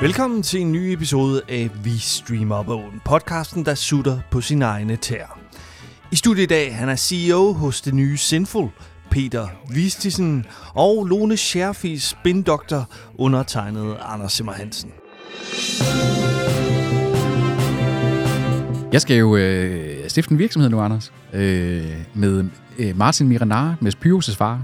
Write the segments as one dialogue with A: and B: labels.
A: Velkommen til en ny episode af Vi Streamer Bogen, podcasten, der sutter på sine egne tæer. I studiet i dag, han er CEO hos det nye Sinful, Peter Vistisen, og Lone Scherfis spindoktor, undertegnet Anders Simmer Hansen.
B: Jeg skal jo øh, stifte en virksomhed nu, Anders. Øh, med øh, Martin Miranar, med Pyros' far.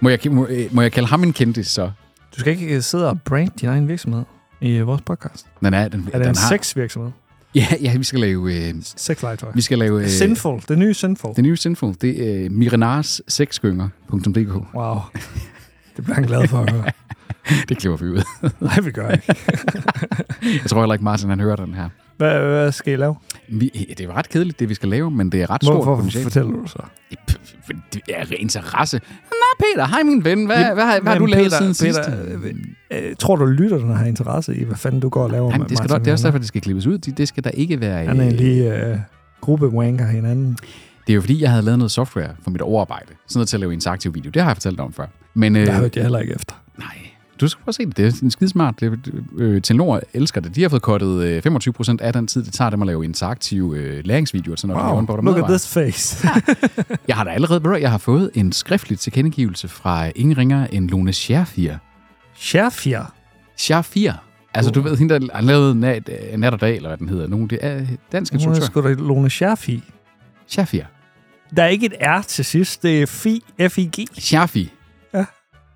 B: Må jeg, må, øh, må jeg kalde ham en kendis, så?
C: Du skal ikke øh, sidde og brande din egen virksomhed i øh, vores podcast.
B: Den er, den,
C: Er det
B: den
C: en
B: har,
C: sexvirksomhed?
B: Ja, ja, vi skal lave... Øh,
C: Sexlegetøj?
B: vi skal lave... Øh,
C: Sinful. Det nye Sinful.
B: Det nye Sinful. Det er øh, miranarssexgynger.dk.
C: Wow. Det bliver han glad for at høre.
B: Det klipper vi ud.
C: Nej, vi gør ikke.
B: Jeg tror heller ikke, Martin han hører den her.
C: Hvad, hvad skal I lave?
B: Vi, øh, det er ret kedeligt, det vi skal lave, men det er ret stort
C: Hvorfor
B: potentiale.
C: fortæller du så?
B: Pff, for Det er ren interesse. Nå, Peter, hej min ven. Hvad,
C: Ja,
B: hvad, har- hvad har du
C: men
B: lavet
C: Peter-
B: siden
C: Peter,
B: sidst?
C: Øh, tror du, lytterne har interesse i, hvad fanden du går og laver
B: Jamen,
C: med
B: det, skal
C: Martin
B: dog, det er også
C: Werner?
B: derfor, det skal klippes ud. Det, det skal der ikke være...
C: Han er
B: øh,
C: lige øh, gruppewanker hinanden.
B: Det er jo fordi, jeg havde lavet noget software for mit overarbejde. Sådan noget til at lave interaktiv video. Det har jeg fortalt dig om før. Men øh,
C: Jeg hørte jeg heller ikke efter.
B: nej, du skal prøve at se det. Det er sådan skidesmart. Det, øh, Telenor elsker det. De har fået kottet øh, 25% af den tid, det tager dem at lave interaktive øh, læringsvideoer. Sådan noget,
C: Wow,
B: wow, på
C: look at this face.
B: Jeg har da allerede berørt. Jeg har fået en skriftlig tilkendegivelse fra øh, ingen ringer end Lone Scherfir.
C: Scherfier.
B: Scherfir? Altså, du ved, hende, der har lavet nat, øh, nat og dag, eller hvad den hedder. Nogen, det er dansk
C: Hun er
B: instruktør.
C: sgu da Lone Scherfi.
B: Scherfir.
C: Der er ikke et R til sidst. Det er Fi, F-I-G.
B: Scherfi.
C: Ja.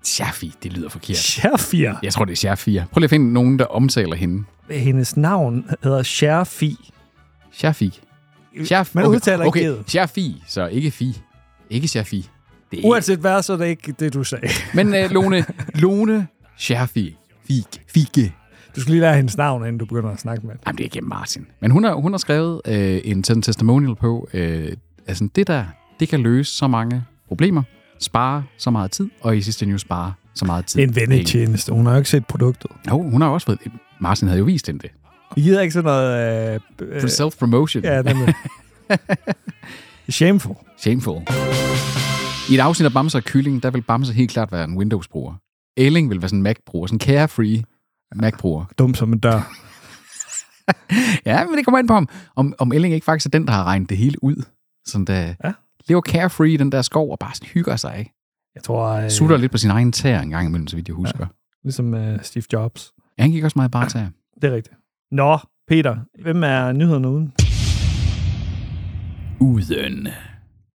B: Scherfi, det lyder forkert.
C: Scherfier.
B: Jeg tror, det er Shafia. Prøv lige at finde nogen, der omtaler hende.
C: hendes navn hedder Cher Fi.
B: Shafi. Shaf.
C: Man udtaler
B: okay.
C: ikke
B: okay.
C: det.
B: Shafi, så ikke Fi. Ikke Shafi. Det er
C: Uanset hvad, så er det ikke det, du sagde.
B: ikke. Men uh, Lone, Lone Shafi. Fik. Fike.
C: Du skal lige lære hendes navn, inden du begynder at snakke med hende.
B: Jamen, det er ikke Martin. Men hun har, hun har skrevet øh, en sådan testimonial på, øh, altså det der, det kan løse så mange problemer, spare så meget tid, og i sidste ende jo spare så meget tid. Øh,
C: En vennetjeneste. Hun har jo ikke set produktet.
B: Jo, hun har jo også fået, Martin havde jo vist hende det.
C: Vi gider ikke sådan noget... Øh, øh,
B: For self-promotion.
C: ja, nemlig. Shameful.
B: Shameful. I et afsnit af Bamse og Kylling, der vil Bamse helt klart være en Windows-bruger. Elling vil være sådan en Mac-bruger, sådan en carefree Mac-bruger.
C: Dum som en dør.
B: Ja, men det kommer ind på, om, om, om Elling ikke faktisk er den, der har regnet det hele ud. Sådan der, ja.
C: Ja.
B: lever carefree i den der skov og bare sådan hygger sig, ikke?
C: Jeg tror, øh,
B: Sutter lidt på sin egen tær en gang imellem, så vidt jeg husker. Ja.
C: ligesom øh, Steve Jobs.
B: Han gik også meget bare tær.
C: Det er rigtigt. Nå, Peter. Hvem er nyhederne uden?
B: Uden.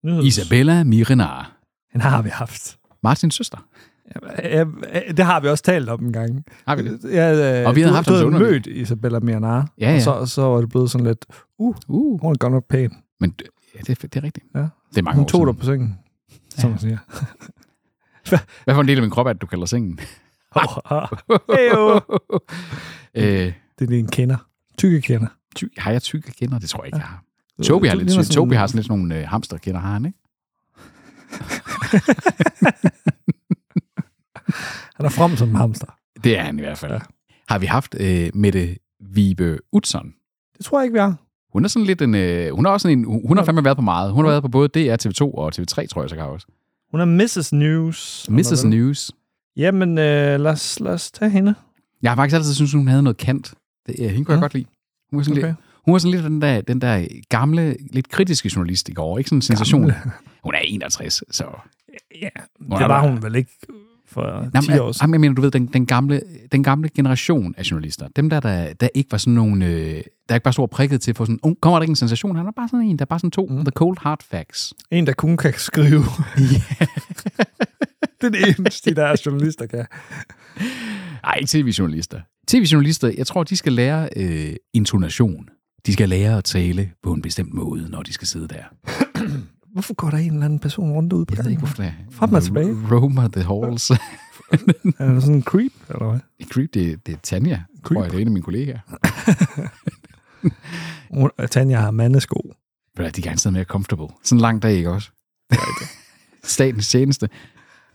C: Nyhedens.
B: Isabella Mirinar.
C: Den har vi haft.
B: Martins søster.
C: Ja, øh, det har vi også talt om en gang.
B: Har vi det?
C: Ja, øh,
B: Og vi havde
C: du-
B: haft
C: du
B: ham så underligt.
C: mødt Isabella Mianar,
B: Ja, ja.
C: og så, så var det blevet sådan lidt, uh,
B: Uh,
C: hun er godt nok pæn.
B: men det, ja, det, er- det er rigtigt.
C: Ja.
B: Det er mange
C: Hun
B: år
C: tog
B: siden.
C: dig på sengen, som man siger.
B: Hvad for en del af min krop er det, du kalder sengen? øh,
C: Heyo. oh. det er din kender. Tykke kender.
B: Ty- har jeg tykke kinder? Det tror jeg ikke, jeg har. Tobi har,
C: Du
B: lidt
C: ligner
B: sådan, Tobi har sådan lidt nogle øh, hamsterkinder, har han, ikke?
C: Han er frem som en hamster.
B: Det er han i hvert fald. Ja.
C: Ja.
B: Har vi haft øh, Mette Vibe Utzon.
C: Det tror jeg ikke, vi har.
B: Hun er sådan lidt en... Øh, hun, er også sådan en hun hun har fandme været på meget. Hun har været på både DR, TV2 og TV3, tror jeg så også.
C: Hun er Mrs. News.
B: Mrs. News.
C: Jamen, øh, lad, os, lad os tage hende.
B: Jeg har faktisk altid syntes, hun havde noget kant. Det, øh, hende kunne jeg
C: Ja.
B: godt lide. Hun var, sådan
C: Okay.
B: lidt, hun var sådan lidt den der, den der gamle, lidt kritiske journalist i går. Ikke sådan en sensation. Hun er 61, så...
C: Ja,
B: er
C: det var
B: der-
C: hun vel ikke for 10
B: jeg-
C: år siden.
B: Jamen, jeg mener, du ved, den, den, gamle, den gamle generation af journalister, dem der, der, der ikke var sådan nogle, øh, der ikke bare stod og prikket til, for sådan, oh, kommer der ikke en sensation? Han er bare sådan en, der er bare sådan to, mm. the cold hard facts.
C: En, der kun kan skrive. det er det eneste, de der er journalister kan.
B: Nej, ikke tv-journalister. TV-journalister, jeg tror, de skal lære øh, intonation. De skal lære at tale på en bestemt måde, når de skal sidde der.
C: Hvorfor går der en eller anden person rundt ude på
B: Jeg ved
C: gangen?
B: ikke, hvorfor det er.
C: Frem og tilbage.
B: Roma the halls.
C: Er det sådan en creep, eller hvad?
B: Creep, det, det er Tanja, creep. tror jeg, det er en af mine kollegaer.
C: Hun- Tanja har mandesko.
B: Ved du hvad, De er gerne mere comfortable. Sådan en lang dag, ikke også? Statens tjeneste.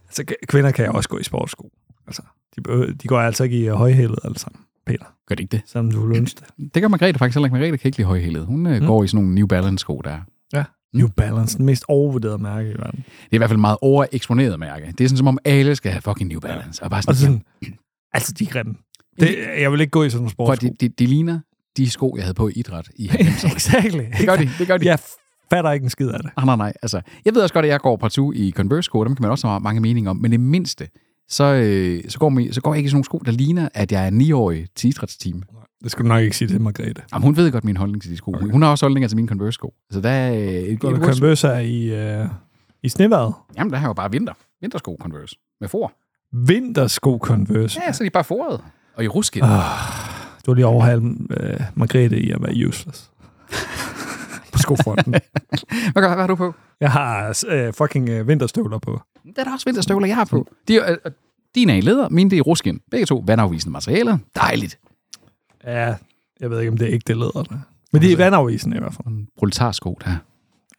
C: Altså, k- kvinder kan også gå i sportssko. Altså, de, behøver, de går altså ikke i øh, højhælet alle sammen, Peter.
B: Gør det ikke det?
C: Som du ville ønske det.
B: Det gør Margrethe faktisk heller ikke. Margrethe kan ikke lide højhælede. Hun mm.
C: Mm.
B: går i sådan nogle New Balance-sko der. er.
C: New Balance, den mest overvurderede mærke i verden.
B: Det er i hvert fald et meget overeksponeret mærke. Det er sådan, som om alle skal have fucking New Balance. Og bare sådan,
C: Og
B: altså,
C: sådan, altså, de er grimme. Det, jeg vil ikke gå i sådan en
B: Prøv,
C: sportsko.
B: at- de, de, de ligner de sko, jeg havde på i idræt i 90'erne.
C: Exakt.
B: Det gør de, det gør de.
C: Jeg fatter ikke en skid af det.
B: Ah, nej, nej. Altså, jeg ved også godt, at jeg går partout i Converse-sko, dem kan man også have mange meninger om, men det mindste, så, øh, så, går, man, så går jeg ikke i sådan nogle sko, der ligner, at jeg er 9-årig til idrætsteam.
C: Det skal du nok ikke sige til Margrethe.
B: Jamen, hun ved godt min holdning til de sko. Okay. Hun har også holdninger til mine Converse-sko. Så der er øh, et,
C: Går du
B: et, et
C: Converse er i, øh, i sneværet?
B: Jamen, der er jo bare vinter. Vintersko Converse. Med for.
C: Vintersko Converse.
B: Ja, så er de bare foret. Og i rusket.
C: Du har lige overhalet øh, Margrethe i at være useless. på skofronten.
B: Hvad, gør, hvad har du på?
C: Jeg har øh, fucking øh, vinterstøvler på.
B: Det er da også vinterstøvler, jeg har på. De, er, øh, dine er i læder, mine det er i ruskin. Begge to vandafvisende materialer. Dejligt.
C: Ja, jeg ved ikke, om det er ikke det leder. Der. Men de er vandafvisende i hvert fald.
B: Proletarsko, der.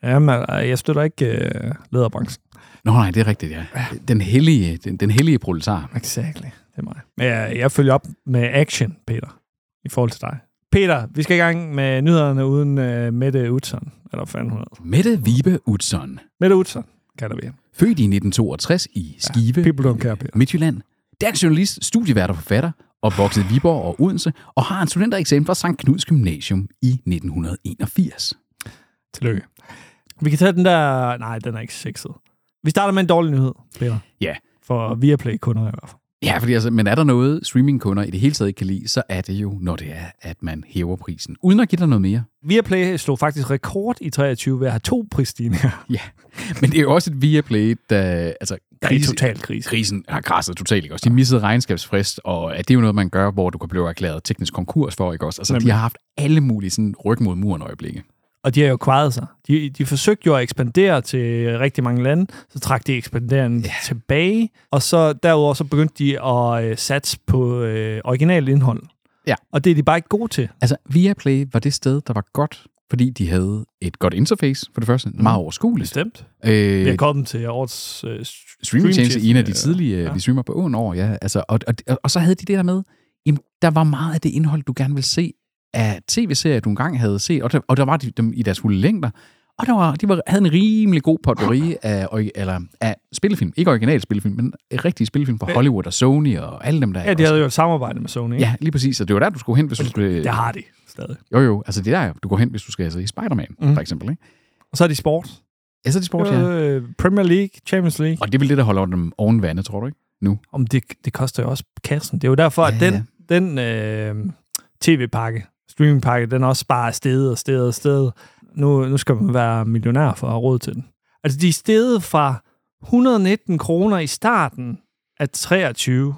C: Jamen, øh, jeg støtter ikke øh, læderbranchen.
B: Nå nej, det er rigtigt, ja. Den hellige, den, den hellige proletar.
C: Exactly. Det er mig. Men jeg, jeg følger op med action, Peter, i forhold til dig. Peter, vi skal i gang med nyhederne uden øh, Mette Utzon. Eller hvad fanden hun hedder.
B: Mette Vibe Utzon,
C: Mette Utzon, kalder vi hende.
B: født i 1962 i Skive, ja,
C: People don't care, Peter.
B: Midtjylland. Dansk journalist, studievært og forfatter, opvokset i Viborg og Odense, og har en studentereksamen fra St. Knuds Gymnasium i 1981.
C: Tillykke. Vi kan tage den der... Nej, den er ikke sexet. Vi starter med en dårlig nyhed, Peter.
B: Ja.
C: For Viaplay-kunder i hvert fald.
B: Ja, fordi altså, men er der noget, streamingkunder i det hele taget ikke kan lide, så er det jo, når det er, at man hæver prisen. Uden at give dig noget mere.
C: Viaplay slog faktisk rekord i 23 ved at have to prisstigninger.
B: Ja, men det er jo også et Viaplay, der... Altså, krise-
C: krise.
B: krisen har krasset totalt, ikke også? De missede regnskabsfrist, og at det er jo noget, man gør, hvor du kan blive erklæret teknisk konkurs for, ikke også? Altså, de
C: Nemlig.
B: har haft alle mulige sådan ryg mod muren øjeblikke.
C: Og de har jo kvaret sig. De, de forsøgte jo at ekspandere til rigtig mange lande, så trak de ekspanderen yeah. tilbage, og så derudover så begyndte de at øh, satse på øh, originalt indhold.
B: Ja.
C: Og det er de bare ikke gode til.
B: Altså, Viaplay var det sted, der var godt, fordi de havde et godt interface, for det første, meget overskueligt.
C: Bestemt. Vi
B: Øh,
C: har kommet til årets øh,
B: streamingtjeneste i en af de
C: øh,
B: tidlige, ja. vi streamer på åen over, ja. Altså, og, og, og, og, så havde de det der med, jamen, der var meget af det indhold, du gerne ville se af tv-serier, du engang havde set, og der, og der var de, dem i deres fulde længder, og der var, de var, havde en rimelig god potpourri af, ori- eller, af spillefilm. Ikke original spillefilm, men rigtige spillefilm fra Hollywood og Sony og alle dem der.
C: Ja, de
B: ikke også?
C: havde jo et samarbejde med Sony. ikke?
B: ja, lige præcis. Og det var der, du skulle hen, hvis du skulle...
C: Det har de stadig.
B: Jo, jo. Altså, det er der, du går hen, hvis du skal se Spider-Man, mm. for eksempel. Ikke?
C: Og så er de sport.
B: Ja, så er det sport, ja.
C: Mhm. Øh, Premier League, Champions League.
B: Og det er vel det, der holder dem oven vande, tror du ikke? Nu.
C: Om det, det koster jo også kassen. Det er jo derfor, at
B: Ja,
C: den, den øh, tv-pakke, streaming-pakke, den også bare er steget og steget og steget. Nu, nu skal man være millionær for at have råd til den. Altså, de er steget fra 119 kroner i starten af 23.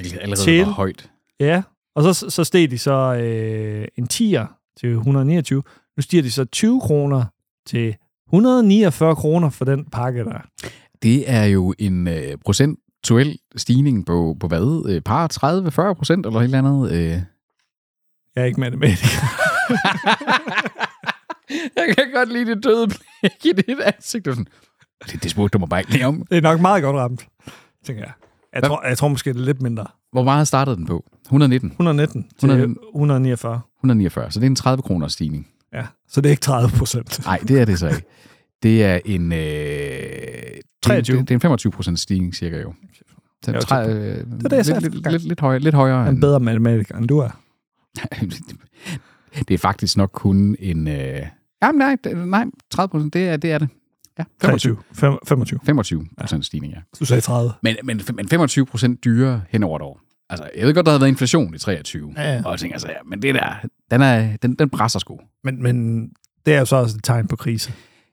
B: Allerede
C: Til-
B: var højt.
C: Ja, og så, så steg de så øh, en 10'er til 129. Nu stiger de så 20 kroner til 149 kroner for den pakke, der er.
B: Det er jo en øh, procentuel stigning på, på hvad? Øh, par 30-40 procent eller et eller andet? Øh.
C: Jeg er ikke matematiker.
B: Jeg kan godt lide det døde blik i dit ansigt. Du er sådan, Det, det spurgte du mig bare ikke lige om.
C: Det er nok meget godt ramt, tænker jeg. Jeg tror, jeg tror måske, det er lidt mindre.
B: Hvor meget startede den på? 119,
C: 119 til
B: 119.
C: 149.
B: 149, så det er en 30 kroner stigning.
C: Ja, så det er ikke 30 procent.
B: Nej, det er det så ikke. Det er en... Øh, det er en-
C: 23.
B: Det, det er en 25 procent stigning, cirka jo. Så
C: Jeg var tæt
B: tre-
C: på.
B: øh,
C: var det, jeg sagde
B: lidt, lidt,
C: første gang.
B: lidt, lidt, højere, lidt højere
C: En
B: end,
C: bedre matematiker, end du er.
B: det er faktisk nok kun en... Øh... Jamen nej, det- nej 30 procent, det er, det er det. Ja, 25.
C: 25. 25.
B: 25 procent stigning, ja.
C: Du sagde 30.
B: Men, men, men 25 procent dyrere hen over et år. Altså, jeg ved godt, der havde været inflation i 23.
C: Ja, ja.
B: Og jeg tænker altså, ja, men det der, den, er, den, den presser sgu.
C: Men, men det er jo så også et tegn på krise.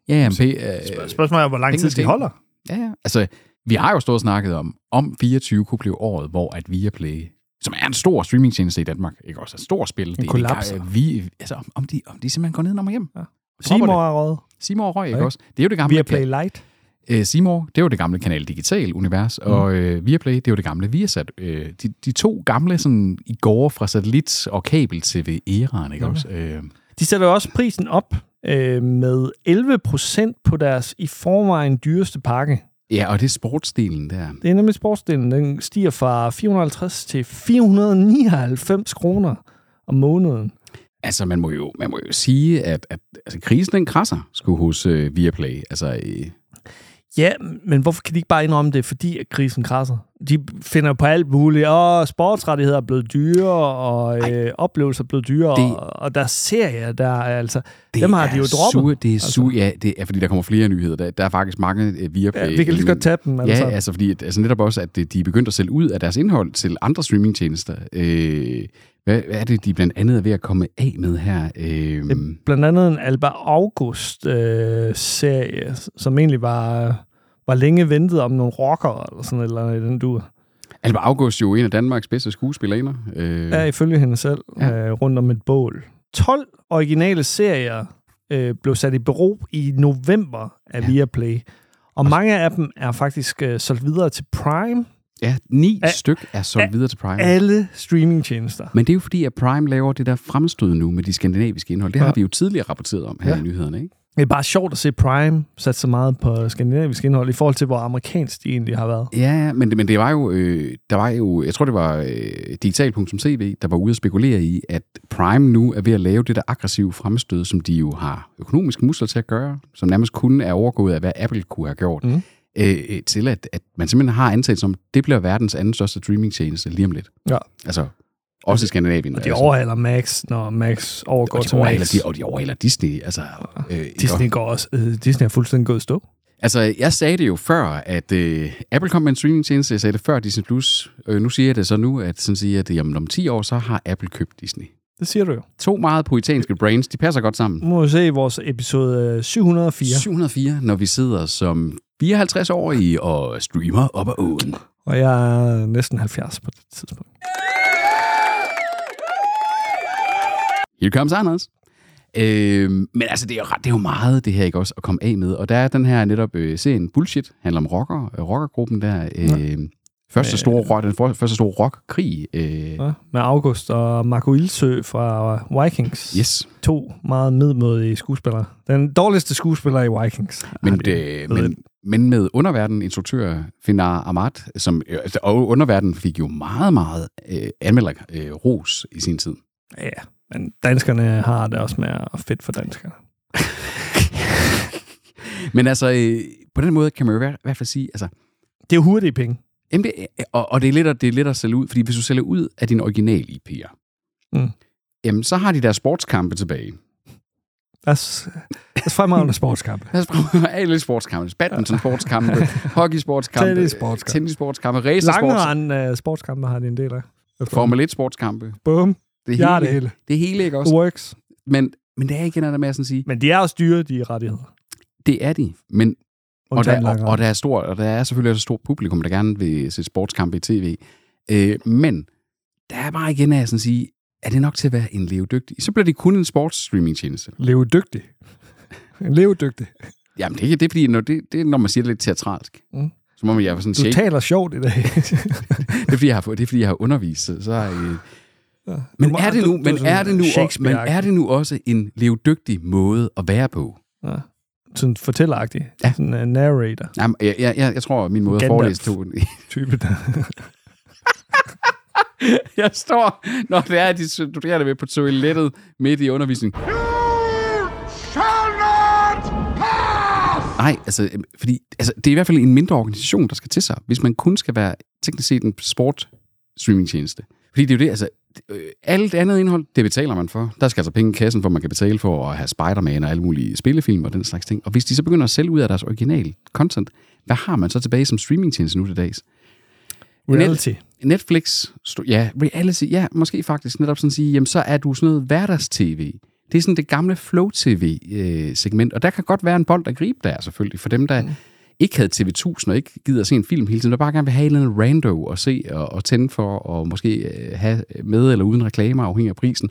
B: Ja, jamen, P, øh,
C: Spørgsmålet er, hvor lang tid
B: Pengene
C: de
B: skal
C: holder.
B: ja, ja. Altså, vi har jo stået og snakket om, om 24 kunne blive året, hvor at Viaplay, som er en stor streamingtjeneste i Danmark, ikke også er et stort spil. Det,
C: kollapser.
B: Det, vi, altså, om, om, de, om de simpelthen går ned om hjem.
C: Ja.
B: Dropper det.
C: Seymour er røget.
B: Seymour Røg, ikke
C: Okay.
B: også? Det er jo det gamle...
C: Viaplay Light.
B: Øh, Seymour, det er jo det gamle Kanal Digital univers, mm. og øh, Viaplay, det er jo det gamle Viasat. Øh, de, de to gamle sådan, i går fra satellit- og kabel-tv-æraen, ikke også? Øh,
C: De sætter jo også prisen op øh, med 11 procent på deres i forvejen dyreste pakke.
B: ja, og det er sportsdelen der.
C: Det er nemlig sportsdelen. Den stiger fra 450 til 499 kroner om måneden.
B: Altså, man må jo, man må jo sige, at, at altså, krisen den krasser sgu hos øh, Viaplay. Altså, øh,
C: Ja, men hvorfor kan de ikke bare indrømme det, fordi at krisen krasser? de finder på alt muligt, og sportsrettigheder er blevet dyre, og øh, oplevelser er blevet dyre,
B: Det-
C: det, og, og der er serier, der er altså...
B: Det
C: Dem har de
B: er
C: jo droppet,
B: Sure, det er
C: altså.
B: sure, ja, det er, fordi der kommer flere nyheder. Der, der er faktisk mange øh, via
C: Ja, vi kan lige så godt tage dem.
B: Ja,
C: Altså.
B: altså, altså fordi at, altså netop også, at øh, de er begyndt at sælge ud af deres indhold til andre streamingtjenester. Øh, hvad, hvad er det, de blandt andet er ved at komme af med her? Øh,
C: Blandt andet en Alba August-serie, øh, serie, som egentlig var, var længe ventet om nogle rockere, eller sådan et eller andet i den dur.
B: Alba August jo en af Danmarks bedste skuespillerinder. Øh,
C: Ja, ifølge hende selv,
B: Ja.
C: ja. øh, rundt om et bål. 12 originale serier øh, blev sat i bero i november af
B: Ja.
C: ja. Viaplay. Og mange af dem er faktisk øh, solgt videre til Prime.
B: ja, ni
C: A-
B: styk er solgt
C: A-
B: videre til Prime.
C: Alle streamingtjenester.
B: Men det er jo fordi, at Prime laver det der fremstød nu med de skandinaviske indhold. Det har
C: Ja.
B: vi jo tidligere rapporteret om her ja.
C: Ja.
B: i nyhederne, ikke?
C: Det er bare sjovt at se Prime satse så meget på skandinavisk indhold i forhold til, hvor amerikansk de egentlig har været.
B: Ja, ja, men, det- men det var jo, øh, der var jo, jeg tror det var øh, digital.tv, der var ude at spekulere i, at Prime nu er ved at lave det der aggressive fremstød, som de jo har økonomiske muskler til at gøre, som nærmest kun er overgået af, hvad Apple kunne have gjort, mm.
C: Mm.
B: øh, øh, til at, at man simpelthen har ansat som, det bliver verdens anden største streamingtjeneste lige om lidt.
C: Ja.
B: Altså, også i Skandinavien.
C: Og de overhaler Max, når Max overgår
B: altså- og
C: til
B: de overhaler,
C: Max.
B: de, og de overhaler Disney. Altså, øh,
C: Disney går også. Øh, Disney er fuldstændig gået i stå.
B: Altså, jeg sagde det jo før, at øh, Apple kom med en streamingtjeneste. Jeg sagde det før Disney+. Plus. Øh, nu siger jeg det så nu, at sådan siger jeg det, jamen om 10 år, så har Apple købt Disney.
C: Det siger du jo.
B: To meget poetanske brains, de passer godt sammen.
C: Nu må vi se i vores episode øh, 704.
B: 704, når vi sidder som 54-årige og streamer op ad åen.
C: Og jeg er næsten 70 på det tidspunkt.
B: Here comes Anders. Øh, men altså, det er, jo ret, det er jo meget det her, ikke også, at komme af med. Og der er den her netop øh, serien Bullshit, handler om rocker, øh, rockergruppen der. Øh, første, store, rock- den for, første store rockkrig. Øh,
C: Ja, med August og Marco Ildsø fra Vikings.
B: yes.
C: To meget midmodige skuespillere. Den dårligste skuespiller i Vikings.
B: Men,
C: Ej, det-
B: det,
C: ved
B: men,
C: jeg.
B: men med underverden instruktør Finar Amat, som, øh, altså, og underverden fik jo meget, meget øh, anmelder øh, ros i sin tid.
C: Ja, men danskerne har det også med at fedt for danskere.
B: Men altså, øh, på den måde kan man jo i hver- i hvert fald sige, altså,
C: Det er jo hurtige penge.
B: jamen, det, øh, og, og det, er lidt, at- det er lidt at sælge ud, fordi hvis du sælger ud af din original IP'er,
C: Mm.
B: jamen, så har de deres sportskampe tilbage.
C: Lad os, lad os fremragende sportskampe.
B: Lad os prøve alle sportskampe. Badminton-sportskampe, hockey-sportskampe,
C: Tennis-sportskampe.
B: tennis-sportskampe, racersports,
C: Langrende uh, sportskampe har de en del af.
B: Formel 1-sportskampe.
C: Bum.
B: Det
C: Jeg er det hele.
B: Det hele, ikke også?
C: Works.
B: Men, men det er igen der med at sådan sige,
C: Men de er også dyre, de rettigheder.
B: Det er de, men og
C: Undtagen
B: der, og,
C: langrende.
B: og, der er stor, og der er selvfølgelig også et stort publikum, der gerne vil se sportskampe i tv. Øh, men der er bare igen af at sådan sige, er det nok til at være en levedygtig? Så bliver det kun en sportsstreamingtjeneste.
C: Levedygtig. En levedygtig.
B: Jamen det er, ikke- det er fordi, når, det, det er, når man siger det lidt teatralsk. Mm.
C: Mm.
B: Så må man, jeg var sådan
C: Du
B: shake.
C: taler sjovt i dag.
B: Det er fordi, jeg har, fået- det er, fordi, jeg har undervist. Så, så har jeg, men, er det nu, men, er det nu, også- men er det nu også en levedygtig måde at være på?
C: Ja. Sådan fortælleragtig.
B: Ja.
C: Ja. Sådan en uh, narrator-type.
B: Jamen, jeg, jeg, jeg, jeg tror, min måde at
C: Gandalf.
B: forelæse tog
C: der.
B: Jeg står, når det er, at de studerende vil på toilettet midt i undervisningen. Nej, altså, øh, fordi, altså, det er i hvert fald en mindre organisation, der skal til sig, hvis man kun skal være teknisk set en sport streamingtjeneste. Fordi det er jo det, altså, øh, alt andet indhold, det betaler man for. Der skal altså penge i kassen, for man kan betale for at have Spider-Man og alle mulige spillefilm og den slags ting. Og hvis de så begynder at sælge ud af deres original content, hvad har man så tilbage som streamingtjeneste nu til dags?
C: Reality.
B: Netflix, sto- ja, reality, ja, måske faktisk netop sådan sige, jamen så er du sådan noget hverdags-tv. Det er sådan det gamle flow-tv-segment, og der kan godt være en bold at gribe der selvfølgelig, for dem, der ikke havde TV1000 og ikke gider at se en film hele tiden, der bare gerne vil have en eller anden rando at se og, og tænde for, og måske øh, have med eller uden reklamer, afhængig af prisen,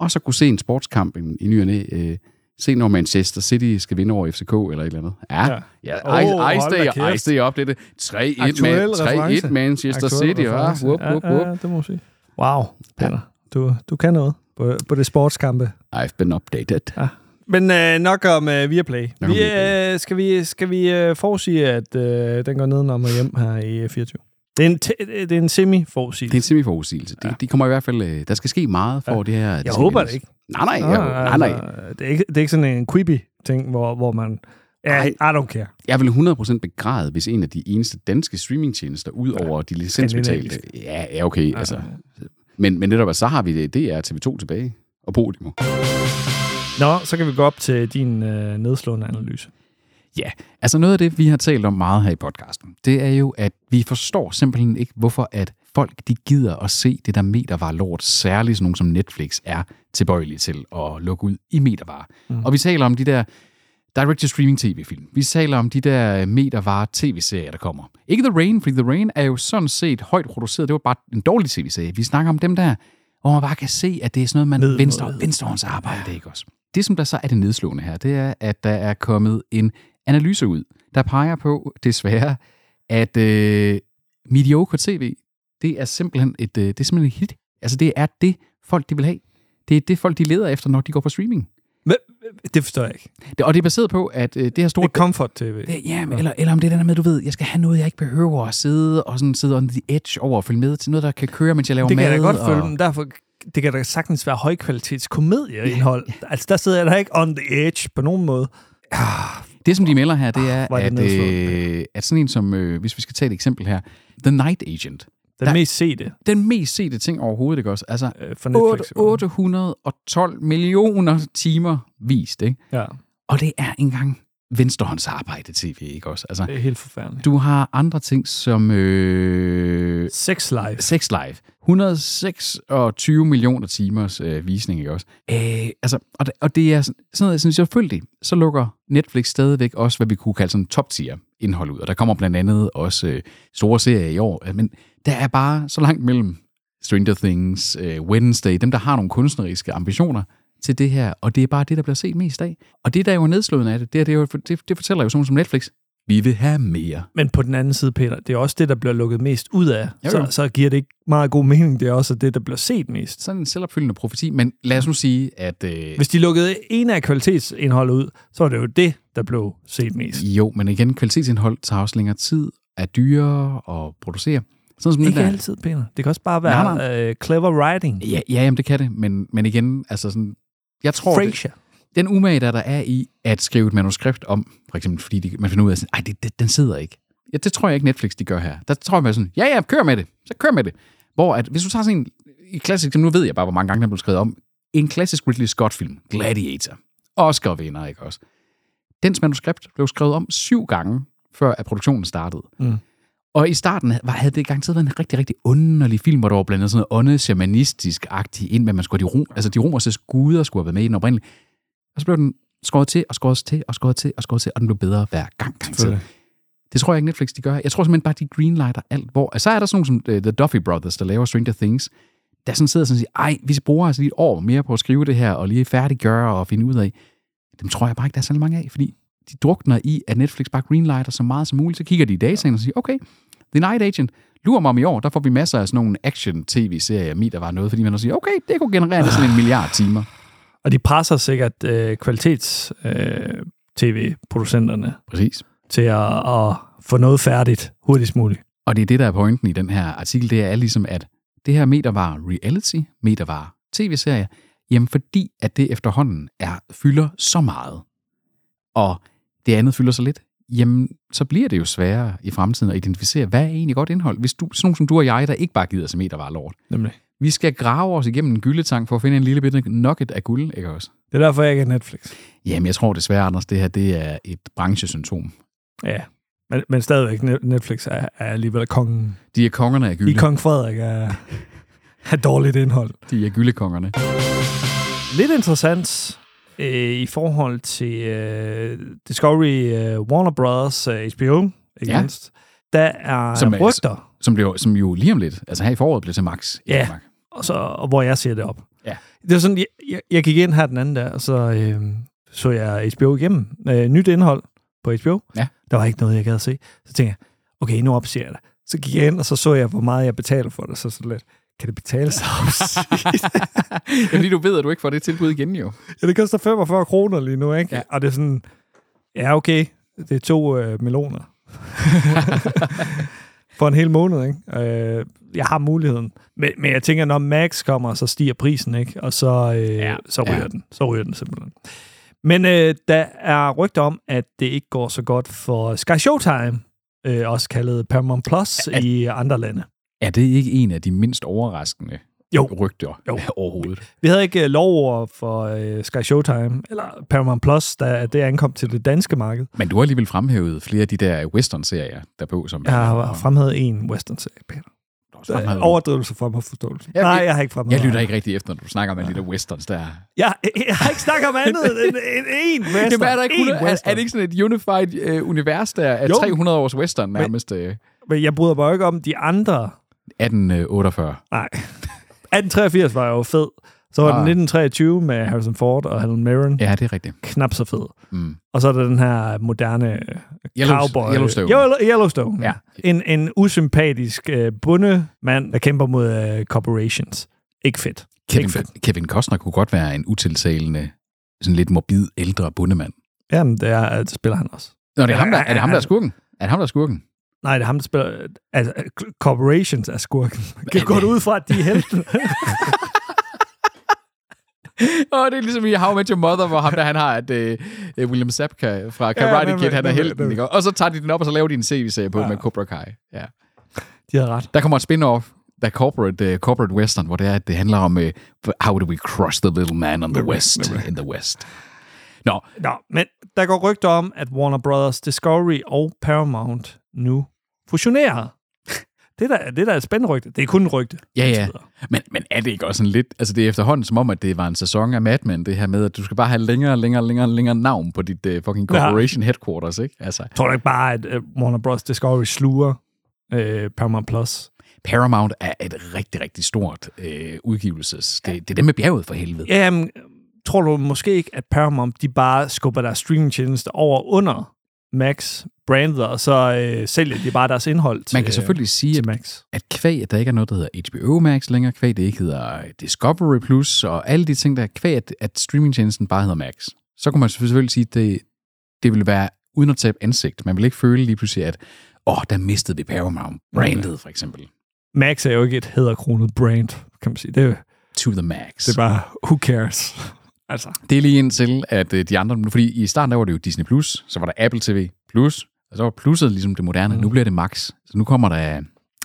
B: og så kunne se en sportskamp i, i ny og næ, øh, se når Manchester City skal vinde over FCK eller et eller andet. Ja, ja.
C: Ja.
B: ja.
C: Åh,
B: Oh, I, I,
C: hold da
B: stay, I
C: kæft.
B: stay up, det er det. 3-1
C: Aktuel
B: Man- 3-1
C: reference.
B: Manchester
C: Aktuel
B: City, hva?
C: reference.
B: Whoop, whoop, whoop.
C: Ja, ja, det må man sige. Wow, Peter. Du, du kan noget på, på det sportskampe.
B: I've been updated.
C: Men øh, nok om øh, Viaplay.
B: om
C: Vi,
B: Viaplay.
C: øh, skal vi, skal vi øh, forudsige, at øh, den går nedenom og hjem her i øh, 24? Det er en, t- det er en
B: Det er en
C: semi-forudsigelse.
B: semi-forudsigelse. Ja. Det, de kommer i hvert fald... øh, Der skal ske meget for ja. det altså- her.
C: Jeg håber det ikke. Ah,
B: Nej, nej. Jeg, nej, nej.
C: altså, Det, er ikke, det er ikke sådan en creepy ting, hvor, hvor man Ja,
B: Ej.
C: I don't care.
B: Jeg vil 100% begræde, hvis en af de eneste danske streamingtjenester, ud over ja, de licensbetalte... Ja, ja, okay. Ja. Altså. Men, men netop, at så har vi øh, det, det er TV2 tilbage. Og Podimo.
C: Nå, så kan vi gå op til din øh, nedslående analyse.
B: Ja, altså noget af det, vi har talt om meget her i podcasten, det er jo, at vi forstår simpelthen ikke, hvorfor at folk de gider at se det der metervare lort, særligt sådan nogen som Netflix er tilbøjelige til at lukke ud i metervare. Mm. Og vi taler om de der direct-to-streaming-tv-film. Vi taler om de der metervare-tv-serier, der kommer. Ikke The Rain, fordi The Rain er jo sådan set højt produceret. Det var bare en dårlig tv-serie. Vi snakker om dem der, hvor man bare kan se, at det er sådan noget, man
C: Ned-
B: venstre, venstrehåndsarbejde, det er ikke også? Det, som der så er det nedslående her, det er, at der er kommet en analyse ud, der peger på, desværre, at øh, mediocre tv, det er simpelthen et, øh, det er simpelthen et hit. Altså, det er det, folk de vil have. Det er det, folk de leder efter, når de går på streaming.
C: Men, det forstår jeg ikke.
B: Det- Og det er baseret på, at øh, det her store...
C: Det er Comfort TV.
B: Det, ja, men, eller, eller om det er det der med, du ved, jeg skal have noget, jeg ikke behøver at sidde og sådan sidde on the edge over og følge med til noget, der kan køre, mens jeg laver
C: Det kan
B: mad.
C: jeg da godt
B: og...
C: følge, men derfor det kan da sagtens være højkvalitets komedieindhold. Altså, der sidder jeg da ikke on the edge på nogen måde.
B: Det, som de melder her, det er,
C: Ah, hvor er det
B: at, øh, at sådan en som, øh, hvis vi skal tage et eksempel her, The Night Agent,
C: Den
B: Der-
C: mest sete
B: den mest sete ting overhovedet, ikke også? Altså,
C: øh, for Netflix.
B: otte- 812 millioner timer vist, ikke?
C: Ja,
B: Og det er engang venstrehåndsarbejde tv, ikke også? Altså,
C: det er helt forfærdeligt.
B: du har andre ting som... Øh,
C: Sex Life.
B: Sex Live. 126 millioner timers øh, visning, ikke også? Øh, altså, og, det, og det er sådan sådan noget, jeg synes selvfølgelig, så lukker Netflix stadigvæk også, hvad vi kunne kalde sådan top-tier indhold ud, og der kommer blandt andet også øh, store serier i år, Øh, men der er bare så langt mellem Stranger Things, øh, Wednesday, dem der har nogle kunstneriske ambitioner til det her, og det er bare det, der bliver set mest af. Og det, der er jo nedslående af det, det, er, det, er jo, det, det fortæller jo sådan nogen som Netflix, vi vil have mere.
C: Men på den anden side, Peter, det er også det, der bliver lukket mest ud af.
B: Jo,
C: Så,
B: jo.
C: så giver det ikke meget god mening. Det er også det, der bliver set mest.
B: Sådan en selvopfyldende profeti, men lad os nu sige, at... Øh,
C: Hvis de lukkede en af kvalitetsindholdet ud, så var det jo det, der blev set mest.
B: Jo, men igen, kvalitetsindhold tager også længere tid, er dyrere at producere. Sådan som den
C: Ikke
B: der.
C: altid, Peter. Det kan også bare være
B: Nej,
C: Øh, clever writing.
B: Ja, ja jamen, det kan det, men, men igen, altså sådan, jeg tror, det,
C: Frasier.
B: den umage, der, der er i at skrive et manuskript om, for eksempel, fordi de, man finder ud af, at det, det, den sidder ikke. Ja, det tror jeg ikke, Netflix de gør her. Der tror jeg, man er sådan, ja, ja, kør med det, så kør med det. Hvor at, hvis du tager sådan en i klassisk, nu ved jeg bare, hvor mange gange den blev skrevet om, en klassisk Ridley Scott-film, Gladiator, Oscar-vinder, ikke også? Dens manuskript blev skrevet om syv gange, før at produktionen startede.
C: Mm.
B: Og i starten var, havde det garanteret været en rigtig, rigtig underlig film, hvor der var blandt andet sådan noget ånde, shamanistisk-agtigt ind, med at man skulle have de, rom, altså de romerske guder skulle have været med i den oprindelige. Og så blev den skåret til, og skåret til, og skåret til, og skåret til, og den blev bedre hver gang. gang til. Det tror jeg ikke Netflix, de gør. Jeg tror simpelthen bare, de greenlighter alt. Hvor, så er der sådan nogle som øh, The Duffy Brothers, der laver Stranger Things, der sådan sidder og sådan siger, ej, vi bruger altså lige et år mere på at skrive det her, og lige færdiggøre og finde ud af. Dem tror jeg bare ikke, der er særlig mange af, fordi de drukner i, at Netflix bare greenlighter så meget som muligt. Så kigger de i dataen og siger, okay, The Night Agent, lurer mig om i år, der får vi masser af sådan nogle action-tv-serier, mi, der var noget, fordi man også siger, okay, det kunne generere sådan en milliard timer.
C: Og de presser sikkert øh, kvalitets-tv-producenterne
B: Præcis.
C: til at, at få noget færdigt hurtigst muligt.
B: Og det er det, der er pointen i den her artikel, det er ligesom, at det her meter var reality, meter var tv-serie, jamen fordi, at det efterhånden er, fylder så meget, og det andet fylder så lidt, jamen så bliver det jo sværere i fremtiden at identificere, hvad er egentlig godt indhold, hvis du, sådan nogen som du og jeg, der ikke bare gider sig meter var lort.
C: Nemlig.
B: Vi skal grave os igennem en gyldetang for at finde en lille bitte nugget af guld, ikke også?
C: Det er derfor, jeg ikke er Netflix.
B: Jamen, jeg tror desværre, Anders, det her det er et branchesymptom.
C: Ja, men, men stadigvæk, Net- Netflix er, er alligevel kongen.
B: De er kongerne af
C: I
B: gylde.
C: kong Frederik er, er dårligt indhold.
B: De er gyldekongerne.
C: Lidt interessant øh, i forhold til øh, Discovery, øh, Warner Brothers, øh, HBO, ikke
B: Ja.
C: ja. mindst. Der er
B: Som
C: Som
B: er-
C: rygter,
B: som, blev, som jo lige om lidt, altså her i foråret, blev til Max. i
C: Ja.
B: Danmark.
C: og så, og hvor jeg ser det op.
B: Ja.
C: Det er sådan, jeg, jeg, jeg gik ind her den anden dag, og så øh, så jeg HBO igennem. Øh, nyt indhold på HBO.
B: Ja.
C: Der var ikke noget, jeg gad at se. Så tænkte jeg, okay, nu opsiger jeg det. Så gik jeg ind, og så så jeg, hvor meget jeg betaler for det. Så sådan lidt, kan det betale sig at opsige
B: Ja, fordi du ved, at du ikke får det tilbud igen jo.
C: Ja, det koster 45 kroner lige nu, ikke?
B: Ja.
C: Ja. Og det er sådan, ja okay, det er to øh, meloner. For en hel måned, ikke? Øh, jeg har muligheden. Men, men jeg tænker, når Max kommer, så stiger prisen, ikke? Og så, øh,
B: Ja.
C: ja. så ryger
B: Ja.
C: ja. den. Så ryger den simpelthen. Men øh, der er rygter om, at det ikke går så godt for Sky Showtime, øh, også kaldet Paramount Plus
B: At-
C: i andre lande.
B: Er det ikke en af de mindst overraskende
C: Jo.
B: rygter
C: Jo.
B: overhovedet?
C: Vi havde ikke øh, lovord for øh, Sky Showtime, eller Paramount Plus, da det ankom til det danske marked.
B: Men du har alligevel fremhævet flere af de der western-serier, der blev som...
C: Jeg har fremhævet en western-serie, Peter.
B: fremhævet.
C: Overdrivelse frem for forståelse.
B: Ja,
C: Nej,
B: jeg-
C: jeg har ikke fremhævet.
B: Jeg lytter ikke rigtig efter, når du snakker med ja. de der westerns der.
C: Jeg, jeg har ikke snakket om andet end en, en western.
B: Jamen, er, der ikke,
C: en
B: 100, er, er det ikke sådan et unified øh, univers, der er
C: Jo.
B: 300 års western nærmest? Øh,
C: Men jeg bryder mig jo ikke om de andre.
B: 1848.
C: Nej. 1883 var jo fed. Så var
B: Ah.
C: den 1923 med Harrison Ford og Helen Mirren.
B: Ja, det er rigtigt.
C: Knap så fed.
B: Mm.
C: Og så er der den her moderne øh,
B: Yellow-
C: cowboy.
B: Yellowstone.
C: Yellow, Yellowstone.
B: Ja.
C: En, en usympatisk øh, bundemand, der kæmper mod øh, corporations. Ikke fedt.
B: Kevin,
C: Ikke fedt.
B: Kevin Costner kunne godt være en utiltalende, sådan lidt morbid, ældre bundemand.
C: Jamen, det, er, det spiller han også.
B: Nå, det er, ham, der, er det ham, der er skurken? Er det ham, der er skurken?
C: Nej, det er ham, der spiller... Altså, corporations er skurken. Kan gå ud fra, at de er helten.
B: Åh, det er ligesom i How I Met Your Mother, hvor ham der, han har, at øh, William Zabka fra Karate
C: nemlig,
B: Kid, han er
C: nemlig,
B: helten.
C: nemlig.
B: Ikke? Og så tager de den op, og så laver de en CV-serie på ja. med Cobra Kai. Ja.
C: de havde ret.
B: Der kommer et spin-off, der er corporate, uh, corporate western, hvor det, er, at det handler om, uh, how do we crush the little man on the west, in the west. Nå,
C: Nå, men der går rygter om, at Warner Brothers Discovery og Paramount nu fusionerer. Det er da, det er da et spændende rygte. Det er kun en rygte.
B: Ja, ja.
C: Videre.
B: Men, men er det ikke også sådan lidt... Altså, det er efterhånden som om, at det var en sæson af Mad Men, det her med, at du skal bare have længere, længere, længere, længere navn på dit uh, fucking corporation ja. headquarters, ikke? Altså,
C: Tror du ikke bare, at øh, Warner Bros. Discovery sluger øh, Paramount Plus?
B: Paramount er et rigtig, rigtig stort øh, udgivelses... Det, det er det med bjerget for helvede. Ja.
C: Jamen, tror du måske ikke, at Paramount de bare skubber deres streamingtjeneste over under Max brandet, og så øh, sælger de bare deres indhold til, øh,
B: Man kan selvfølgelig sige,
C: til
B: at,
C: Max?
B: at kvæg, at der ikke er noget, der hedder HBO Max længere, kvæg, det ikke hedder øh, Discovery Plus, og alle de ting, der er kvæg, at, at streamingtjenesten bare hedder Max. Så kunne man selvfølgelig sige, at det, det ville være uden at tabe ansigt. Man vil ikke føle lige pludselig, at åh, oh, der mistede vi Paramount brandet, for eksempel.
C: Max er jo ikke et hæderkronet brand, kan man sige. Det, er-
B: To the max.
C: det er bare, who cares? altså,
B: Det er lige indtil, at øh, de andre... nu- Fordi i starten der var det jo Disney+, Plus, så var der Apple TV+, Plus, og så var plusset ligesom det moderne. Mm. Nu bliver det Max. Så nu kommer der...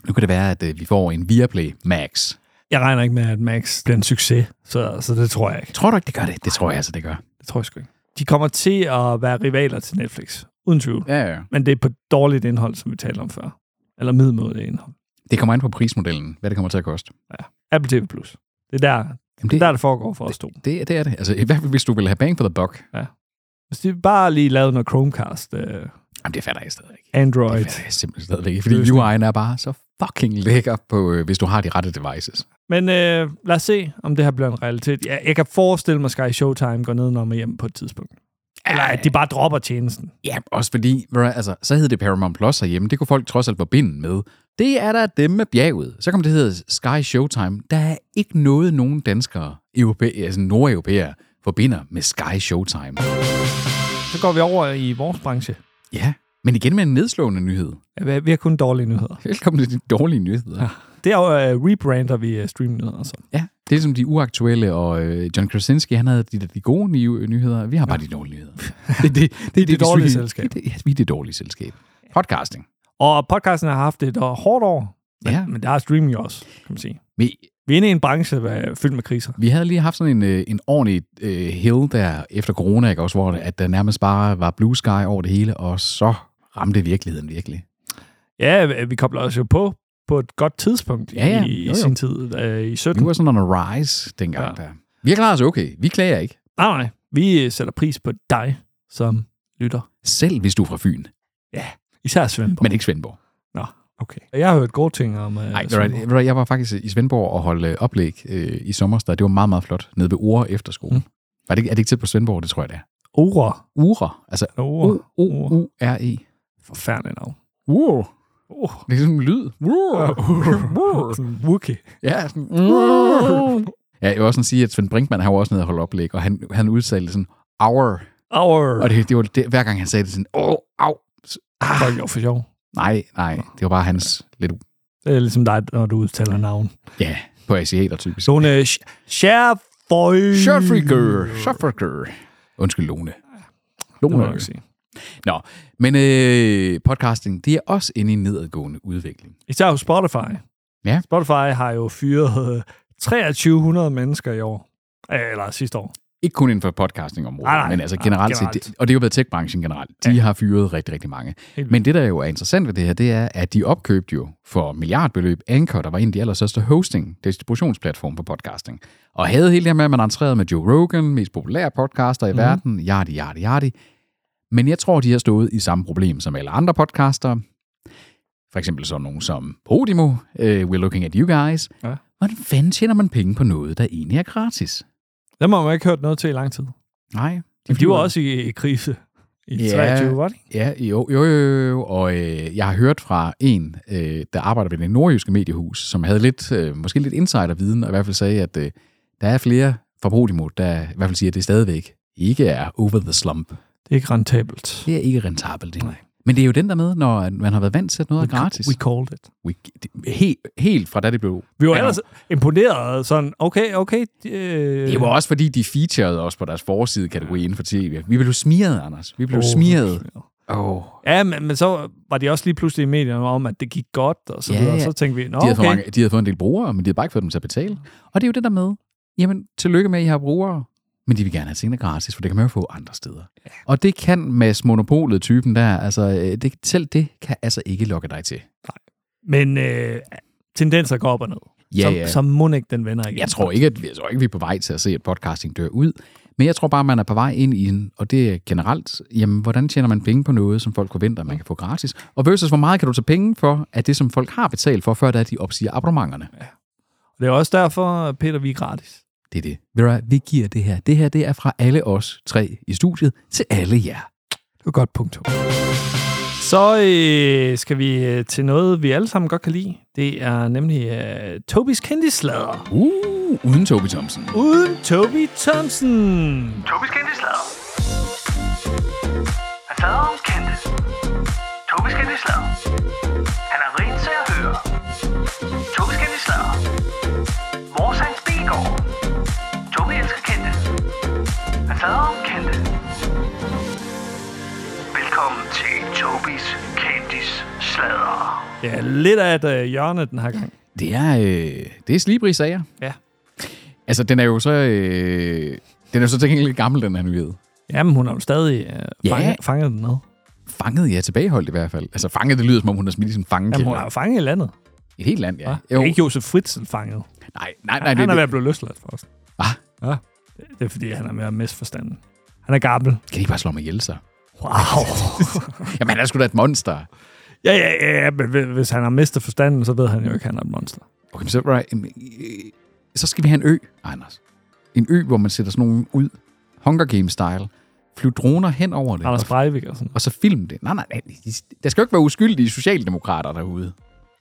B: Nu kan det være, at øh, vi får en Viaplay Max.
C: Jeg regner ikke med, at Max bliver en succes, så, så det tror jeg ikke.
B: Tror du ikke, det gør det? Det tror jeg altså, det gør.
C: Det tror jeg sgu ikke. De kommer til at være rivaler til Netflix, uden tvivl. Ja.
B: Ja, ja.
C: Men det er på dårligt indhold, som vi talte om før. Eller middelmådigt indhold.
B: Det kommer an på prismodellen, hvad det kommer til at koste.
C: Apple TV+. Plus. Det er der,
B: Jamen
C: det,
B: det,
C: er der, det foregår for os to.
B: det, det er det. Altså, i hvert fald, hvis du vil have bang for the buck.
C: Hvis de bare lige lavede noget Chromecast, uh,
B: Jamen, det fatter jeg stadig ikke. Det
C: Android.
B: fatter jeg simpelthen stadig ikke, fordi UI'en er bare så fucking lækker, på, øh, hvis du har de rette devices.
C: Men uh, lad os se, om det her bliver en realitet. Jeg, jeg kan forestille mig, at Sky Showtime går ned og hjem på et tidspunkt. Eller at de bare dropper tjenesten.
B: Ja, også fordi, ved du hvad, altså, så hed det Paramount Plus herhjemme. Det kunne folk trods alt forbinde med. Det er der dem med bjerget. Så kom det hedder Sky Showtime. Der er ikke noget, nogen danskere, europæer, altså nordeuropæere, forbinder med Sky Showtime.
C: Så går vi over i vores branche.
B: Ja, men igen med en nedslående nyhed.
C: Ja, Vi har kun dårlige nyheder.
B: Velkommen til de dårlige nyheder. Ja,
C: Det er jo, uh, rebrander vi uh, streamnyheder. Så.
B: ja det er som de uaktuelle, og øh, John Krasinski, han havde de, de gode nye øh, nyheder. Vi har bare ja. de dårlige nyheder. Det, det, det, det, det,
C: det dårlige
B: vi-
C: selskab.
B: Det, ja, vi er det dårlige selskab. Podcasting.
C: Og podcasten har haft et og hårdt år, men,
B: Ja.
C: ja. men der er streaming jo også, kan man sige.
B: Vi,
C: Vi er inde i en branche der er fyldt med kriser.
B: Vi havde lige haft sådan en, øh, en ordentlig øh, hill der efter corona, ikke? Også, hvor det- at der nærmest bare var blue sky over det hele, og så ramte virkeligheden virkelig.
C: Ja, øh, vi kobler os jo på på et godt tidspunkt
B: Ja, ja.
C: i,
B: Jo, jo.
C: i sin tid, øh, i
B: Vi
C: 17.
B: var sådan on a rise dengang ja.
C: Ja.
B: der. Vi har klaret os okay. Vi klager ikke.
C: Nej, nej, vi øh, sætter pris på dig som lytter.
B: Selv hvis du er fra Fyn,
C: Især Svendborg.
B: men ikke Svendborg.
C: Nå, okay. Jeg har hørt gode ting om øh,
B: Nej, ved du hvad,
C: Svendborg.
B: ved du hvad, jeg var faktisk i Svendborg og holdt øh, oplæg øh, i sommerstad. Det var meget, meget flot. Nede ved Ure Efterskole. Mm. Var det, ikke- er det ikke tæt på Svendborg? Det tror jeg, det er.
C: Ora.
B: Ure. Altså
C: Ora.
B: O-O-U-R-E.
C: Forfærdelig navn.
B: Ure.
C: Oh.
B: E. Uh. Det er sådan en lyd. Ure. Ure.
C: Sådan Wookie.
B: Ja, sådan... uh. Ja, jeg vil også sådan sige, at Svend Brinkmann har jo også nede og holde oplæg, og han, han udtalte sådan, our.
C: Our.
B: Og det, det var det, hver gang han sagde det sådan, åh, oh, au. Så-
C: Det
B: Ah,
C: er jo for sjov.
B: nej, nej, det var bare hans lidt,
C: Det er ligesom dig, når du udtaler navn.
B: ja, på asiater typisk.
C: Sådan, øh, Sh- Share Boy.
B: Shotfreaker, shotfreaker. Undskyld, Lone.
C: det
B: Lone.
C: må
B: er det.
C: jeg nok sige.
B: Nå, men øh, podcasting, det er også inde i en nedadgående udvikling.
C: Især hos Spotify.
B: Ja.
C: Spotify har jo fyret øh, 2300 mennesker i år. Øh, Eller sidste år.
B: Ikke kun inden for podcastingområdet,
C: Nej, nej.
B: men altså
C: Nej,
B: generelt,
C: generelt.
B: set. Det, og det har jo været techbranchen generelt. De har fyret rigtig, rigtig mange.
C: Helt
B: Men det, der jo er interessant ved det her, det er, at de opkøbte jo for milliardbeløb Anchor, der var en af de allerstørste hosting, distributionsplatform for podcasting. Og havde hele det her med, at man entrerede med Joe Rogan, mest populære podcaster i
C: Mhm.
B: mm. verden, yadi, yadi, yadi. Men jeg tror, de har stået i samme problem som alle andre podcaster. For eksempel sådan nogen som Podimo, uh, We're Looking At You Guys.
C: Ja.
B: Hvordan fanden tjener man penge på noget, der egentlig er gratis?
C: Dem har man ikke hørt noget til i lang tid.
B: Nej.
C: Men de var
B: flyver-
C: også i, i krise i
B: Ja.
C: 23, var det? ikke?
B: Ja, jo, jo, jo, jo. og øh, jeg har hørt fra en, øh, der arbejder ved det nordjyske mediehus, som havde lidt, øh, måske lidt insiderviden, og i hvert fald sagde, at øh, der er flere fra Podimo, der i hvert fald siger, at det stadigvæk ikke er over the slump.
C: Det er ikke rentabelt.
B: Det er ikke rentabelt endnu. Men det er jo den der med, når man har været vant til, at noget er gratis.
C: We called it.
B: We, det, helt, helt fra da det blev...
C: Vi var
B: Ja.
C: ellers imponeret sådan, okay, okay. Øh,
B: Det var også fordi, de featurede os på deres forside kategori inden for tv. Vi blev smiret, Anders. Vi blev oh, smiret. Åh. Oh.
C: Ja, men, men så var de også lige pludselig i medierne om, at det gik godt, og så,
B: Ja,
C: ja, ja.
B: ja.
C: så tænkte vi, nå
B: De havde, okay.
C: okay,
B: mange, de havde fået en del brugere, men de havde bare ikke fået dem til at betale. Og det er jo det der med, jamen, tillykke med, at I har brugere, men de vil gerne have tingene gratis, for det kan man jo få andre steder. Ja. Og det kan Mads Monopolet-typen der, altså, øh, det, selv det kan altså ikke lokke dig til.
C: men øh, tendenser går op og ned.
B: Ja,
C: så,
B: ja.
C: så må ikke den vender igen.
B: Jeg tror, ikke, at, jeg tror ikke, vi er på vej til at se, at podcasting dør ud, men jeg tror bare, man er på vej ind i en, og det er generelt, jamen, hvordan tjener man penge på noget, som folk forventer, man kan få gratis? Og versus, hvor meget kan du tage penge for, at det, som folk har betalt for, før det er, at de opsiger abonnementerne?
C: Det er også derfor, Peter, vi er gratis.
B: Det er det. Ved du hvad, vi giver det her. Det her, det er fra alle os tre i studiet til alle jer.
C: Det var godt punktum. Så øh, skal vi øh, til noget, vi alle sammen godt kan lide. Det er nemlig øh, Tobis kendtislader.
B: Uh, uden Toby Thompson.
C: Uden Toby Thompson.
D: Tobis kendte slader. Han fader om kendte. Tobis kendte slader. Han er rent til at høre. Tobis kendte slader. Vores hans bilgård. Tobi elsker kendte. Han fader om kendte. Velkommen til Tobis kendtis slader.
C: Det er lidt af et øh, hjørne den her gang.
B: Det er, øh, det er slibrige sager.
C: Ja.
B: Altså, den er jo så... Øh, den er jo så til gengæld lidt gammel, den her nyhed.
C: Jamen, hun har jo stadig øh,
B: Ja.
C: fanget, fanget den ned.
B: Fanget, ja, tilbageholdt i hvert fald. Altså, fanget, det lyder som om, hun har smidt i sin
C: Jamen, hun har
B: fangekælder.
C: jo fanget i landet.
B: Et helt land, ja.
C: Jo. Ikke Josef Fritzen fanget.
B: Nej, nej, nej.
C: Nej,
B: Det,
C: han er ved at
B: det,
C: blive løsladt for os.
B: ah,
C: Ja. Det er fordi, han er mere misforstanden. Han er gammel.
B: kan de ikke bare slå mig ihjel, så?
C: Wow.
B: Jamen, han er sgu da et monster.
C: ja, ja, ja, men hvis- hvis han har mistet forstanden, så ved han jo ikke, at han er et monster.
B: Okay, men så, right, jamen, øh, så skal vi have en ø, Anders. En ø, hvor man sætter sådan nogle ud, Hunger Games-style, flyve droner hen over det, og,
C: Anders Breivik og sådan
B: og så film det. Nej, nej, nej, de- der skal jo ikke være uskyldige socialdemokrater derude.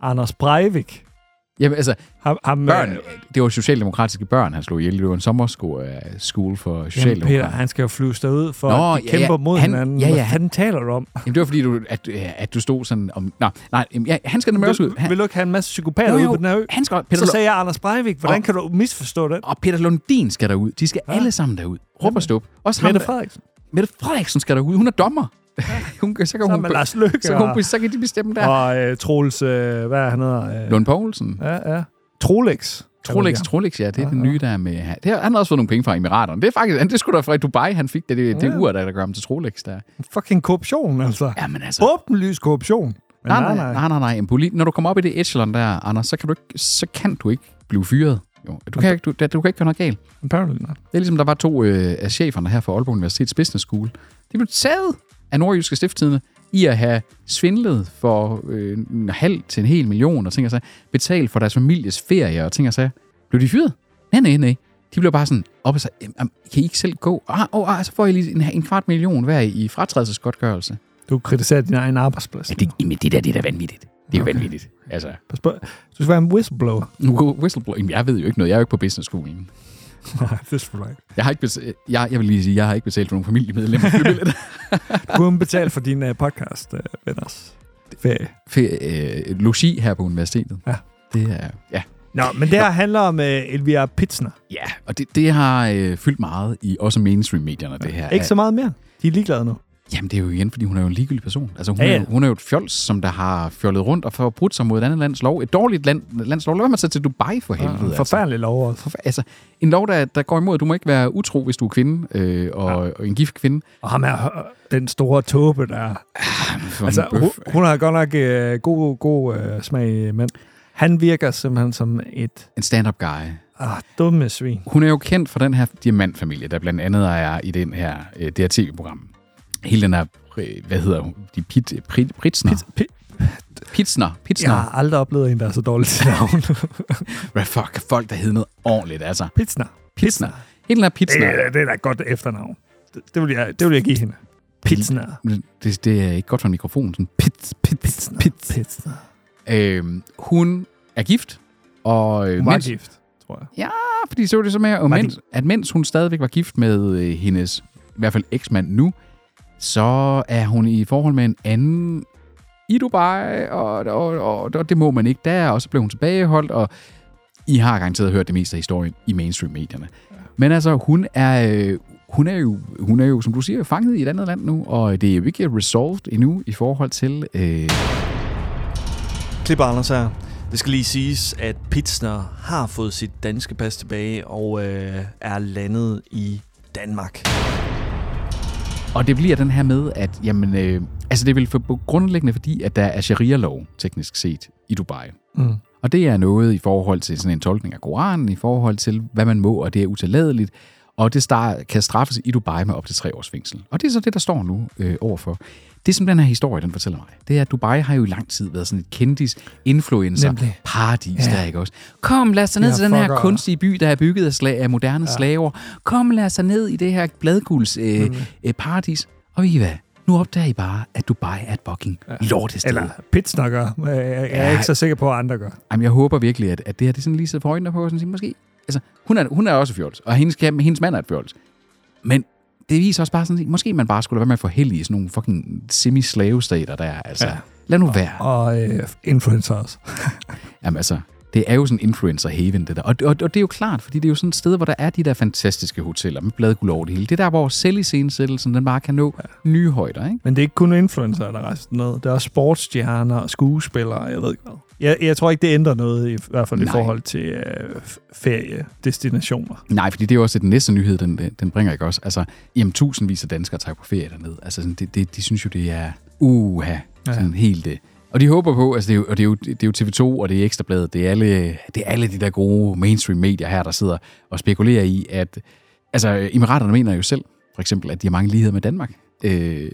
C: Anders Breivik.
B: Jamen altså,
C: Ham, ham,
B: børn,
C: øh,
B: det var socialdemokratiske børn, han slog ihjel. Det var en sommerskole for
C: Jamen, Peter,
B: socialdemokrater.
C: han skal jo flyves derud, for
B: Nå,
C: Nå, at de
B: ja,
C: kæmper
B: ja.
C: mod
B: Han-
C: hinanden.
B: ja, ja,
C: Hvad
B: han-
C: fanden taler du om?
B: Jamen, det var fordi, du, at, øh, at du stod sådan om... Nå, nej, jamen, ja, han skal nemlig også ud.
C: Vil,
B: Han,
C: vil du ikke have en masse psykopater
B: Jo,
C: ude
B: jo,
C: på den her ø?
B: han skal- Peter
C: så
B: Lo-
C: sagde jeg Anders Breivik. Hvordan
B: Og-
C: kan du misforstå det?
B: og Peter Lundin skal derud. De skal alle sammen derud. Råb og stup. Også ham,
C: Mette
B: der-
C: Frederiksen.
B: Mette Frederiksen skal derud. Hun er dommer. Hun, kan- så kan
C: Sammen
B: hun,
C: med Lars Løkke
B: så, kan hun,
C: og-
B: så kan de bestemme der.
C: Og øh, Troels, øh, hvad er han hedder? Øh,
B: Lund Poulsen.
C: ja, ja. Trolex.
B: Trolex, Trolex, ja, det er den nye, der er med... Det har, han har også fået nogle penge fra Emiraterne. Det er faktisk, han- det skulle da fra Dubai, han fik det, det, det ur, der, der gør ham til Trolex der.
C: Fucking korruption, altså. Ja.
B: Jamen altså...
C: Åbenlys korruption. Men
B: Nej, nej, nej, nej, nej, nej. En poli- Når du kommer op i det echelon der, Anders, så kan du ikke, så kan du ikke blive fyret. Jo, du, kan ikke, du, du kan ikke gøre noget galt.
C: Apparently not.
B: Det er ligesom, der var to øh, af cheferne her fra Aalborg Universitets Business School. De blev taget af nordjyske stifttidene i at have svindlet for øh, en halv til en hel million og ting og sager, betalt for deres families ferie og ting og sager. Blev de fyret? Nej, nej, nej. De blev bare sådan op og sagde, "Jamen, jamen, kan I ikke selv gå? Ah, oh, ah, så får I lige en, en kvart million hver i fratrædelsesgodtgørelse.
C: Du kritiserer din egen arbejdsplads.
B: Ja, det, jamen, det der, det er da vanvittigt. Det er jo vanvittigt. Altså,
C: Pas på. Du skal være en whistleblower.
B: nu går whistleblower. Jamen, jeg ved jo ikke noget. Jeg er jo ikke på businessskolen.
C: Nej, det skal du ikke.
B: Jeg har ikke betalt, jeg, jeg vil lige sige, jeg har ikke betalt for nogen familiemedlemmer. flybilletter.
C: Du kunne betale for din uh, podcast, uh, venners ferie.
B: fe- øh, logi her på universitetet.
C: Ja.
B: Det er, ja.
C: Nå, men det her handler om uh, Elvira Pitsner.
B: Ja, og det, det har øh, fyldt meget i også mainstream-medierne, det her.
C: Ikke så meget mere. De er ligeglade nu.
B: Jamen, det er jo igen, fordi hun er jo en ligegyldig person. Altså, hun,
C: Ja,
B: ja,
C: ja.
B: ja. Er, jo- hun er jo et fjols, som der har fjollet rundt og forbrudt sig mod et andet lands lov. Et dårligt land, lands lov. Lad være med at tage til Dubai for helvede. Ja,
C: Forfærdelig lov også.
B: Altså. Forfæ- altså, en lov, der, der går imod, at du må ikke være utro, hvis du er kvinde, øh, og, ja. og en gift kvinde.
C: Og ham er øh, den store tåbe, der...
B: For
C: Altså,
B: en bøf.
C: hun, hun har godt nok øh, god, god øh, smag, men han virker simpelthen som et
B: En stand-up guy.
C: ah, dumme svin.
B: Hun er jo kendt for den her diamantfamilie, der blandt andet er i den her, øh, det her tv-program. Hele den her, øh, hvad hedder hun? De pit, prit, Pritsner.
C: Pits, pi,
B: Pitsner. Pitsner.
C: jeg har aldrig oplevet en, der er så dårlig til navn.
B: Hvad fuck? Folk, der hedder noget ordentligt, altså.
C: Pitsner.
B: Pitsner. Hele den her Pitsner.
C: Det, er- det er da et godt efternavn. Det, det, vil jeg, det vil jeg give hende. Pitsner.
B: Det, det er ikke godt for en mikrofon. Sådan pits, pits, pits.
C: Pitsner.
B: Øhm, hun er gift, og øh,
C: Hun var
B: mens,
C: gift, tror jeg.
B: Ah, fordi så var det så med, at
C: Var
B: mens, at mens hun stadigvæk var gift med øh, hendes, i hvert fald eksmand nu, så er hun i forhold med en anden i Dubai, og, og, og, og det må man ikke der, og så blev hun tilbageholdt, og I har garanteret hørt det meste af historien i mainstream-medierne. Men altså, hun er, øh, hun, er jo, hun er jo, som du siger, fanget i et andet land nu, og det er jo ikke resolved endnu i forhold til... Øh,
A: Klip Anders her. Det skal lige siges, at Pitsner har fået sit danske pas tilbage og øh, er landet i Danmark.
B: Og det bliver den her med, at jamen, øh, altså det vil for grundlæggende fordi, at der er sharia-lov, teknisk set, i Dubai.
C: Mm.
B: Og det er noget i forhold til sådan en tolkning af Koranen, i forhold til, hvad man må, og det er utilladeligt. Og det star- kan straffes i Dubai med op til tre års fængsel. Og det er så det, der står nu øh, overfor. Det, som den her historie, den fortæller mig, det er, at Dubai har jo i lang tid været sådan et kendis, influencer,
C: Nemlig.
B: paradis ja. der, ikke også? Kom, lad os tage ned
C: Ja,
B: til den her
C: fucker.
B: kunstige by, der er bygget af, slag, af moderne ja. slaver. Kom, lad os tage ned i det her bladguls øh, mm. øh, paradis. Og ved I hvad? Nu opdager I bare, at Dubai er et fucking ja. lortested.
C: Eller Pitsner gør. Jeg, jeg er
B: Ja.
C: ikke så sikker på, at andre gør.
B: Jamen, jeg håber virkelig, at, at det her det er sådan lige så for øjnene på, og sådan sige, måske. Altså, hun er, hun er også fjols, og hendes, kæm- hendes mand er et fjols. Men det viser også bare sådan, at måske man bare skulle lade være med at få held i sådan nogle fucking semi-slave-stater, der er. Altså, ja. lad nu være.
C: Og øh, influencer også.
B: Jamen altså, det er jo sådan influencer haven, det der. Og, og, og det er jo klart, fordi det er jo sådan et sted, hvor der er de der fantastiske hoteller med bladguld over det hele. Det er der, hvor selvisensættelsen, den bare kan nå ja. nye højder, ikke?
C: Men det er ikke kun influencer, der rejser ned. Det er også sportsstjerner og skuespillere, jeg ved ikke hvad. Jeg, jeg tror ikke, det ændrer noget, i hvert fald Nej. i
B: Nej.
C: forhold til øh, f- feriedestinationer.
B: Nej, fordi det er jo også den næste nyhed, den, den bringer, ikke også? Altså, jamen, tusindvis af danskere tager på ferie dernede. Altså, sådan, det, det, de synes jo, det er uha, sådan helt det. Og de håber på, altså det er, jo, og det, er jo, det er jo TV2, og det er Ekstrabladet, det er, alle, det er alle de der gode mainstream-medier her, der sidder og spekulerer i, at... Altså, Emiraterne mener jo selv, for eksempel, at de har mange ligheder med Danmark. Øh,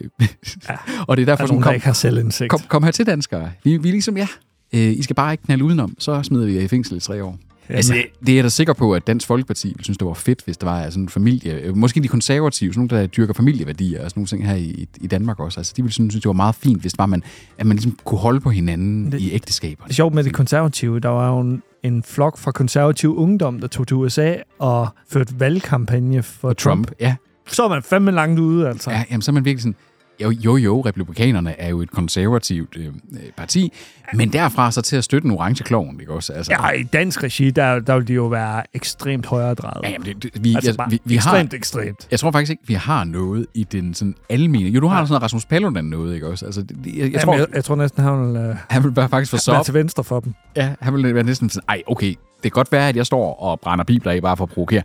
B: ja, og det er derfor,
C: Altså,
B: sådan,
C: hun har
B: kom,
C: ikke har selvindsigt.
B: kom, kom her til danskere. Vi, vi er ligesom jer. Øh, I skal bare ikke knalde udenom, så smider vi jer i fængsel i tre år.
C: Jamen.
B: Altså, det, det er jeg da sikker på, at Dansk Folkeparti ville synes, det var fedt, hvis der var sådan en familie... øh, Måske de konservative, sådan nogle, der dyrker familieværdier og sådan nogle ting her i, i Danmark også. Altså, de ville synes, det var meget fint, hvis det var, man, at man ligesom kunne holde på hinanden
C: Det-
B: det, i ægteskaber.
C: Det er sjovt med det konservative. Der var jo en, en flok fra konservativ ungdom, der tog til USA og førte valgkampagne for Trump.
B: Trump, ja.
C: Trump. Så er man fandme langt ude, altså.
B: ja jamen, så er man virkelig sådan... Jo, jo, jo, republikanerne er jo et konservativt øh, øh, parti, men derfra så til at støtte en orange klovn, ikke også? Altså,
C: Ja, i dansk regi, der, der vil de jo være ekstremt højere drejet.
B: ja, jamen, det, det, vi,
C: altså,
B: altså,
C: bare
B: vi, vi har,
C: ekstremt, ekstremt.
B: Jeg tror faktisk ikke, vi har noget i den sådan almene... Jo, du har sådan noget Rasmus Paludan noget, ikke også? Altså, det, det- jeg, jeg
C: Jeg
B: tror,
C: tror, jeg, jeg altså- tror næsten, han vil øh,
B: han vil bare faktisk få
C: være
B: sop.
C: til venstre for dem.
B: Ja, han vil være næsten sådan, ej, okay, det kan godt være, at jeg står og brænder bibler af bare for at provokere.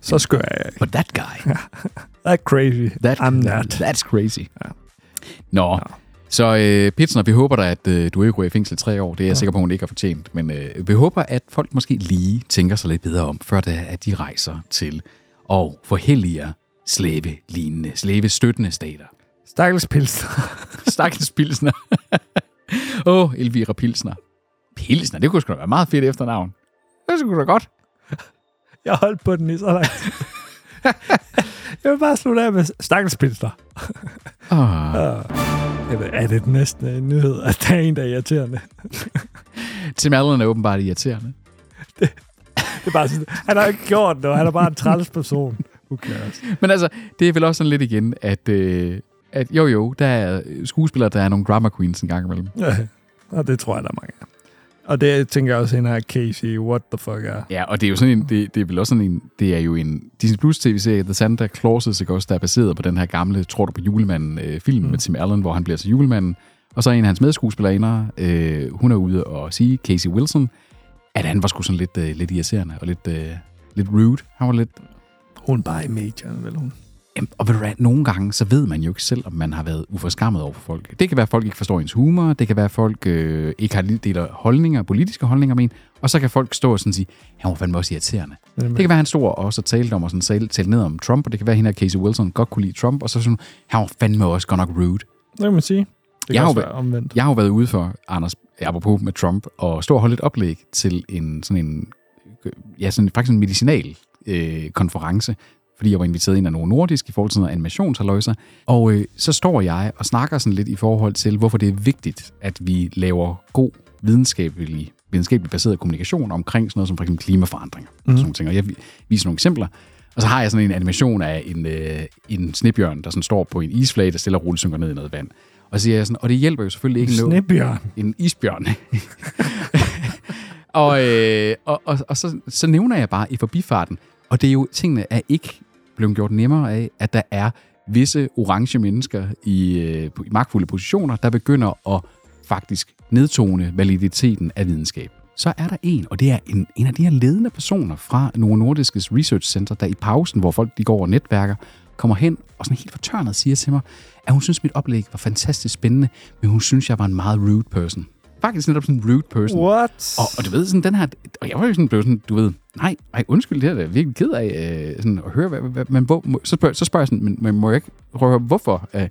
C: Så skør jeg ikke.
B: But that guy,
C: That's crazy.
B: that,
C: I'm not.
B: that's crazy. Ja. Nå, så øh, Pitsner, vi håber da, at øh, du ikke ryger i fængsel i tre år. Det er jeg ja. sikker på, hun ikke har fortjent. Men øh, vi håber, at folk måske lige tænker sig lidt bedre om, før det er, at de rejser til og forhelliger slæve-lignende, slæve-støttende stater.
C: Stakkels pilsner.
B: Stakkels Pilsner. Åh, oh, Elvira Pilsner. Pilsner, det kunne sgu da være meget fedt efternavn. Det skulle da godt.
C: Jeg holdt på den i så lang tid. Jeg vil bare slutte af med stakkels pilsner.
B: Oh.
C: Eller er det den næste øh, nyhed, at der er en, der er irriterende?
B: Tim Allen er åbenbart irriterende.
C: Det er bare sådan, han har ikke gjort noget, han er bare en træls person. Who cares?
B: Men altså, det er vel også sådan lidt igen, at, øh, at jo jo, der er skuespillere, der er nogle drama queens en gang imellem.
C: Ja, Og det tror jeg, der er mange af. Og det tænker jeg også, hende her Casey, what the fuck er.
B: Ja, og det er jo sådan en, det, det er vel også sådan en, det er jo en Disney Plus tv-serie, The Santa Claus is a Ghost, der er baseret på den her gamle, tror du på julemanden øh, film mm. med Tim Allen, hvor han bliver til julemanden. Og så er en af hans medskuespillerinder, øh, hun er ude og sige, Casey Wilson, at han var sgu sådan lidt, øh, lidt irriterende og lidt, øh, lidt rude. Han var lidt,
C: Hun er bare i medierne, vel hun.
B: Jamen, og ved du hvad, nogle gange, så ved man jo ikke selv, om man har været uforskammet over for folk. Det kan være, at folk ikke forstår ens humor, det kan være, at folk øh, ikke har lige deler holdninger, politiske holdninger med en, og så kan folk stå og sådan sige, han var fandme også irriterende. Jamen. Det kan være, at han stod og også talte om og sådan talte, talte ned om Trump, og det kan være, at hende her Casey Wilson godt kunne lide Trump, og så sådan, han var fandme også godt nok rude.
C: Det kan man sige. Det kan
B: Jeg har
C: også
B: jo-
C: være omvendt.
B: Jeg har jo været ude for, Anders, apropos med Trump, og stå og holde et oplæg til en sådan en, øh, ja, sådan, faktisk en medicinal øh, konference, fordi jeg var inviteret ind af nogle nordiske i forhold til noget animationshaløjser. Og øh, så står jeg og snakker sådan lidt i forhold til, hvorfor det er vigtigt, at vi laver god videnskabelig, videnskabeligt baseret kommunikation omkring sådan noget som for eksempel klimaforandringer. Mm. Sådan nogle ting. Og jeg vi- viser nogle eksempler. Og så har jeg sådan en animation af en, øh, en snebjørn, der sådan står på en isflage, der stille og roligt synker ned i noget vand. Og så siger jeg sådan, og det hjælper jo selvfølgelig ikke noget
C: Snebjørn.
B: en isbjørn. og øh, og, og, og så, så nævner jeg bare i forbifarten, og det er jo, tingene er ikke blevet gjort nemmere af, at der er visse orange mennesker i, øh, på- i magtfulde positioner, der begynder at faktisk nedtone validiteten af videnskab. Så er der en, og det er en, en af de her ledende personer fra Novo Nordiskes Research Center, der i pausen, hvor folk de går og netværker, kommer hen og sådan helt fortørnet siger til mig, at hun synes, mit oplæg var fantastisk spændende, men hun synes, jeg var en meget rude person. Faktisk netop sådan en rude person.
C: What?
B: Og, og du ved, sådan den her... Og jeg var jo sådan, blev sådan, du ved, nej, nej undskyld, det er jeg da virkelig ked af øh, sådan, at høre, hvad, hvad, men hvor, må, så, spørger, så spørger jeg sådan, men, men må jeg ikke prøve at høre, hvorfor? Øh,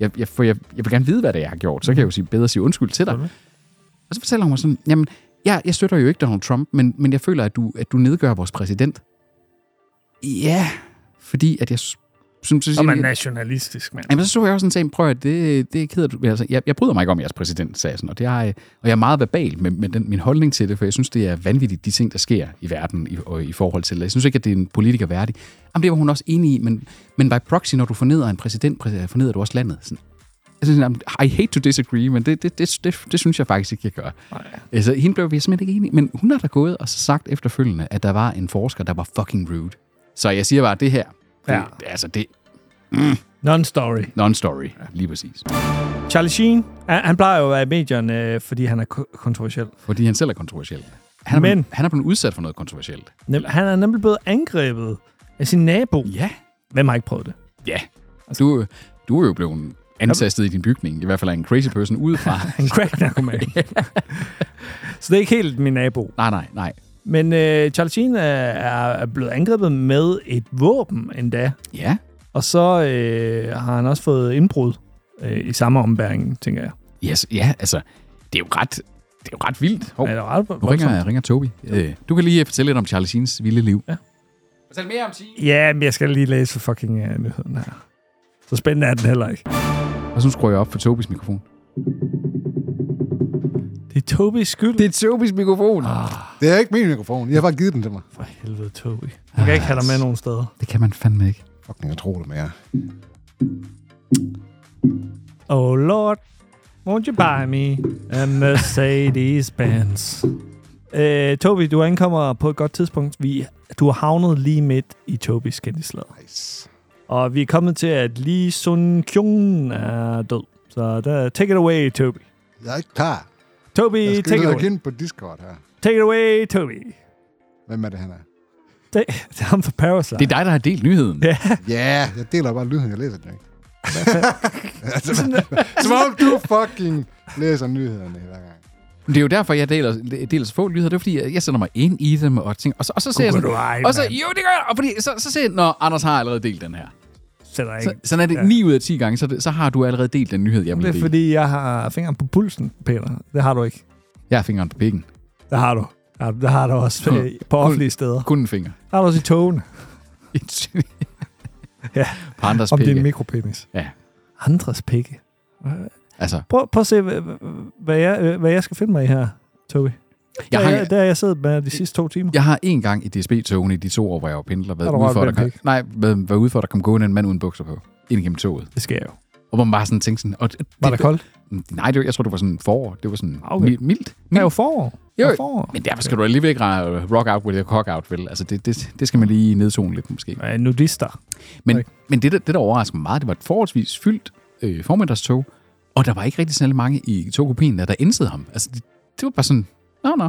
B: jeg, jeg, for jeg, jeg vil gerne vide, hvad det er, jeg har gjort. Så kan jeg jo sige, bedre sige undskyld til dig. Og så fortæller hun mig sådan, jamen, jeg, jeg støtter jo ikke Donald Trump, men, men jeg føler, at du, at du nedgør vores præsident. Ja, fordi at jeg... s- Synes, så
C: Så er
B: siger
C: man
B: jeg-
C: nationalistisk, mand.
B: Jamen, så så jeg også sådan sagde, prøv at det, det er ked af, du. Altså, jeg, jeg bryder mig ikke om jeres præsident, sagde jeg sådan, og, det er, og jeg er meget verbal med, med den, min holdning til det, for jeg synes, det er vanvittigt, de ting, der sker i verden i, og, i forhold til det. Jeg synes ikke, at det er en politiker værdig. Jamen, det var hun også enig i, men, men by proxy, når du fornedrer en præsident, præ- fornedrer du også landet. Sådan, jeg synes, jamen, I hate to disagree, men det, det, det, det, det synes jeg faktisk ikke, jeg gør.
C: Nej.
B: Altså, hende blev vi simpelthen ikke enige, men hun har da gået og så sagt efterfølgende, at der var en forsker, der var fucking rude. Så jeg siger bare, det her, det,
C: Ja.
B: ja. altså, det
C: Non-story.
B: non-story, lige præcis.
C: Charlie Sheen, han, han plejer jo at være i medierne, øh, fordi han er ko- kontroversiel.
B: Fordi han selv er kontroversiel. Han er,
C: Men-
B: blevet- han er blevet udsat for noget kontroversielt.
C: Nem, han er nemlig blevet angrebet af sin nabo.
B: Ja.
C: Hvem har ikke prøvet det?
B: Ja. Du, du er jo blevet antastet i din bygning. I hvert fald er en crazy person udefra.
C: En crack-narkoman. Så det er ikke helt min nabo.
B: nej, nej, nej.
C: Men øh, Charlie Sheen er, er blevet angrebet med et våben endda.
B: Ja.
C: Og så øh, har han også fået indbrud øh, i samme ombæring, tænker jeg.
B: Yes, ja, altså, det er jo ret, det er jo ret vildt. Hov,
C: Oh. Er det ret
B: nu ringer, jeg ringer Tobi. Øh, du kan lige fortælle lidt om Charlie Sheens vilde liv.
C: Ja.
B: Fortæl mere om Sheen.
C: Ja, men jeg skal lige læse for fucking uh, nyheden her. Så spændende er den heller ikke.
B: Og så skruer jeg op for Tobis mikrofon.
C: Det er Tobis skyld.
B: er Tobis mikrofon. Ah,
E: Det er ikke min mikrofon. Jeg har bare givet den til mig.
C: For helvede, Tobi. Han kan ikke have dig med nogen steder.
B: det kan man fandme ikke.
E: Fucking, jeg tror det med jer.
C: Oh lord, won't you buy me a Mercedes-Benz? Øh, Tobi, du ankommer på et godt tidspunkt. Vi, du har havnet lige midt i Tobis kendtislag.
E: Nice.
C: Og vi er kommet til, at Lee Sun Kyung er død. Så der, take it away, Tobi.
E: Jeg er ikke klar. Jeg
C: Tobi,
E: skal
C: take it
E: logge
C: away.
E: ind på Discord her.
C: Take it away, Tobi.
E: Hvem er det, han er?
C: Det, det er ham for Parasite.
B: Det er dig, der har delt nyheden.
C: Ja.
E: Ja, yeah, jeg deler bare lyden, jeg læser den ikke. Altså, Som om du fucking læser nyhederne hver gang.
B: Det er jo derfor, jeg deler, deler så få nyheder. Det er fordi, jeg- jeg sender mig ind i dem og ting. Og så, og så ser jeg
C: Gud,
B: sådan,
C: du ej,
B: og så,
C: mand.
B: jo, det gør jeg. Og fordi, så, så ser jeg, når Anders har allerede delt den her.
C: Sætter jeg
B: Så,
C: ikke.
B: sådan er det
C: Ja.
B: ja. 9 ud af 10 gange, så, er det, så har du allerede delt den nyhed, jeg vil
C: Det er
B: dele.
C: fordi, jeg har fingeren på pulsen, Peter. Det har du ikke.
B: Jeg har fingeren på pikken.
C: Det har du. Ja, Det har du også
B: Nå.
C: øh, på offentlige steder.
B: Kun en finger.
C: Det har du også i togene. Ja.
B: På andres
C: Om det er
B: pikke.
C: en mikropenis.
B: Ja.
C: Andres pikke.
B: Altså,
C: Prøv, prøv at se, hvad, hvad, jeg, hvad jeg skal finde mig i her, Tobi.
B: jeg
C: Der er-
B: har,
C: Der har jeg siddet med de sidste to timer.
B: jeg har en gang i DSB-togene i de to år, hvor jeg var pendler, været
C: Har du
B: ude
C: rørt
B: for,
C: ved
B: at der
C: en
B: kom,
C: pik?
B: nej, været, været ude for, at der kom gående en mand uden bukser på. Ind igennem toget.
C: Det skal jeg jo.
B: Og hvor man bare sådan tænkte sådan... Og,
C: Var der koldt?
B: Nej, det, var- jeg tror, det var sådan forår. Det var sådan
C: Okay.
B: okay. mildt.
C: Det er Mm. jo
B: mildt.
C: forår.
B: Jo,
C: og forår.
B: Men derfor skal du alligevel ikke ra- rock out with your cock out, vel? Altså, det, det, det skal man lige nedtone lidt, måske.
C: Øh, nudister.
B: Men,
C: Okay.
B: men det, der, det, der overrasker mig meget, det var et forholdsvis fyldt øh, formiddagstog, og der var ikke rigtig særlig mange i togkopien, der indsede ham. Altså, det, det var bare sådan, nå, nå.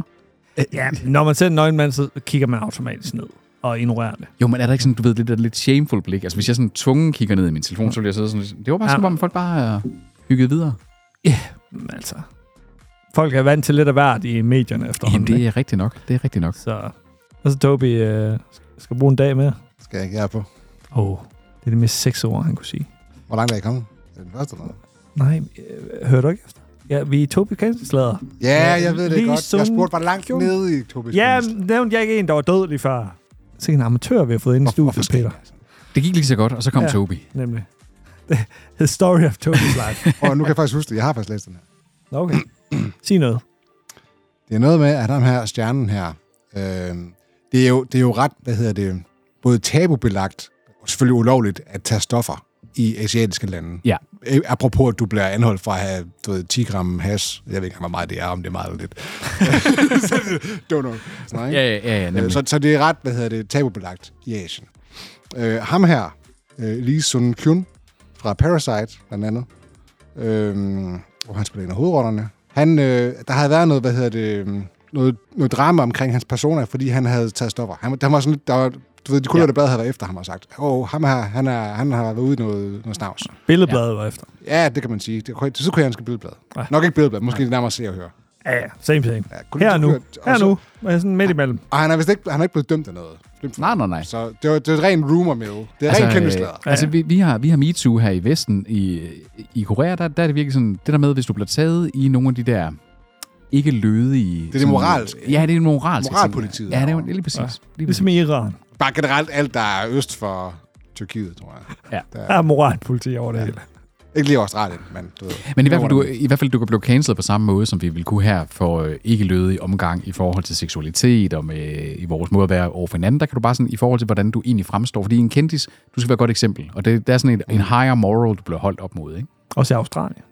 C: Ja, når man ser en nøgen mand, så kigger man automatisk ned og ignorerer det.
B: Jo, men er der ikke sådan, du ved, det der lidt shameful blik? Altså, hvis jeg sådan tvungen kigger ned i min telefon, så ville jeg sidde sådan lidt- Det var bare sådan,
C: Ja.
B: hvor man folk bare øh, hyggede videre.
C: Men altså, folk er vant til lidt af hvert i medierne
B: Jamen,
C: efterhånden.
B: det
C: ikke?
B: er rigtigt nok. Det er rigtigt nok.
C: Så, og så Toby øh, skal bruge en dag mere.
E: Skal jeg ikke her på.
C: Åh, oh, det er det mest seks ord, han kunne sige.
E: Hvor langt er I kommet? Er det den første eller noget?
C: Nej, øh, hørte du ikke efter? Ja, vi er Toby Kanslader.
E: Ja, jeg ved det
C: Lee
E: godt. Jeg
C: Sung
E: spurgte, hvor langt
C: Kyung.
E: nede i Tobis
C: Ja, nævnte jeg ikke en, der var død lige før. Så en amatør, vi har fået ind i studiet, Peter.
E: altså.
B: Det gik lige så godt, og så kom
C: Ja.
B: ja. Toby.
C: Nemlig. The story of Toby's life.
E: Og nu kan jeg faktisk huske det. Jeg har faktisk læst den her.
C: Nå, Okay. Sig noget.
E: Det er noget med, at ham her, stjernen her, øh, det, er jo, det er jo ret, hvad hedder det, både tabubelagt og selvfølgelig ulovligt at tage stoffer i asiatiske lande.
B: Ja.
E: Øh, Apropos, at du bliver anholdt for at have du ved, 10 gram hash. Jeg ved ikke, hvor meget det er, om det er meget eller lidt. Så det- Don't know. Sådan, noget, ikke?
B: Ja, ja, ja, ja
E: Øh,
B: nemlig.
E: Så, så det er ret, hvad hedder det, tabubelagt i Asien. Øh, ham her, øh, Lee Sun Kyun fra Parasite, blandt andet, øh, hvor han spiller en af hovedrollerne, han, øh, der havde været noget, hvad hedder det, øh, noget, noget drama omkring hans persona, fordi han havde taget stoffer. Han, der var sådan lidt, der var, du ved, de kunne ja. det blad havde været efter ham og sagt, åh, oh, ham her, han, er, han har været ude i noget, noget snavs.
C: Billedbladet var efter.
E: Ja, det kan man sige. Det, kunne- så kunne jeg ønske billedblad.
C: Ja.
E: Nok ikke billedblad, måske nærmere se og høre.
C: Ja, ja. Same thing.
E: Ja, kunne
C: Her
E: du-
C: nu.
E: høre- og
C: Her
E: så-
C: nu. Var jeg sådan midt imellem.
E: Og han er vist ikke, han er ikke blevet dømt af noget. Dømt for
B: Nej, nej, nej.
E: Så det var, det var et rent rumor mill. Det er altså, rent kendtislader.
B: øh, altså vi, vi, har, vi har MeToo her i Vesten. I, i Korea, der, der er det virkelig sådan, det der med, hvis du bliver taget i nogle af de der ikke lødige... Det
E: det moralske.
B: Ja, det er det moralske.
E: Moralpolitiet
B: Sådan, ja, det er
E: derovre.
B: jo lige præcis.
C: Ja.
B: Ja. Lige præcis.
C: Ligesom i Iran.
E: Bare generelt alt, der er øst for Tyrkiet, tror jeg.
C: Der er moralpoliti over det hele.
E: Ikke lige Australien, men du ved.
B: Men i hvert, fald, du, i hvert fald, du kan blive cancelled på samme måde, som vi vil kunne her for øh, ikke lødig omgang i forhold til seksualitet og med, i vores måde at være over for hinanden. Der kan du bare sådan, i forhold til, hvordan du egentlig fremstår. Fordi en kendis, du skal være et godt eksempel. Og det, der er sådan en, en higher moral, du bliver holdt op mod. Ikke?
C: Også i Australien.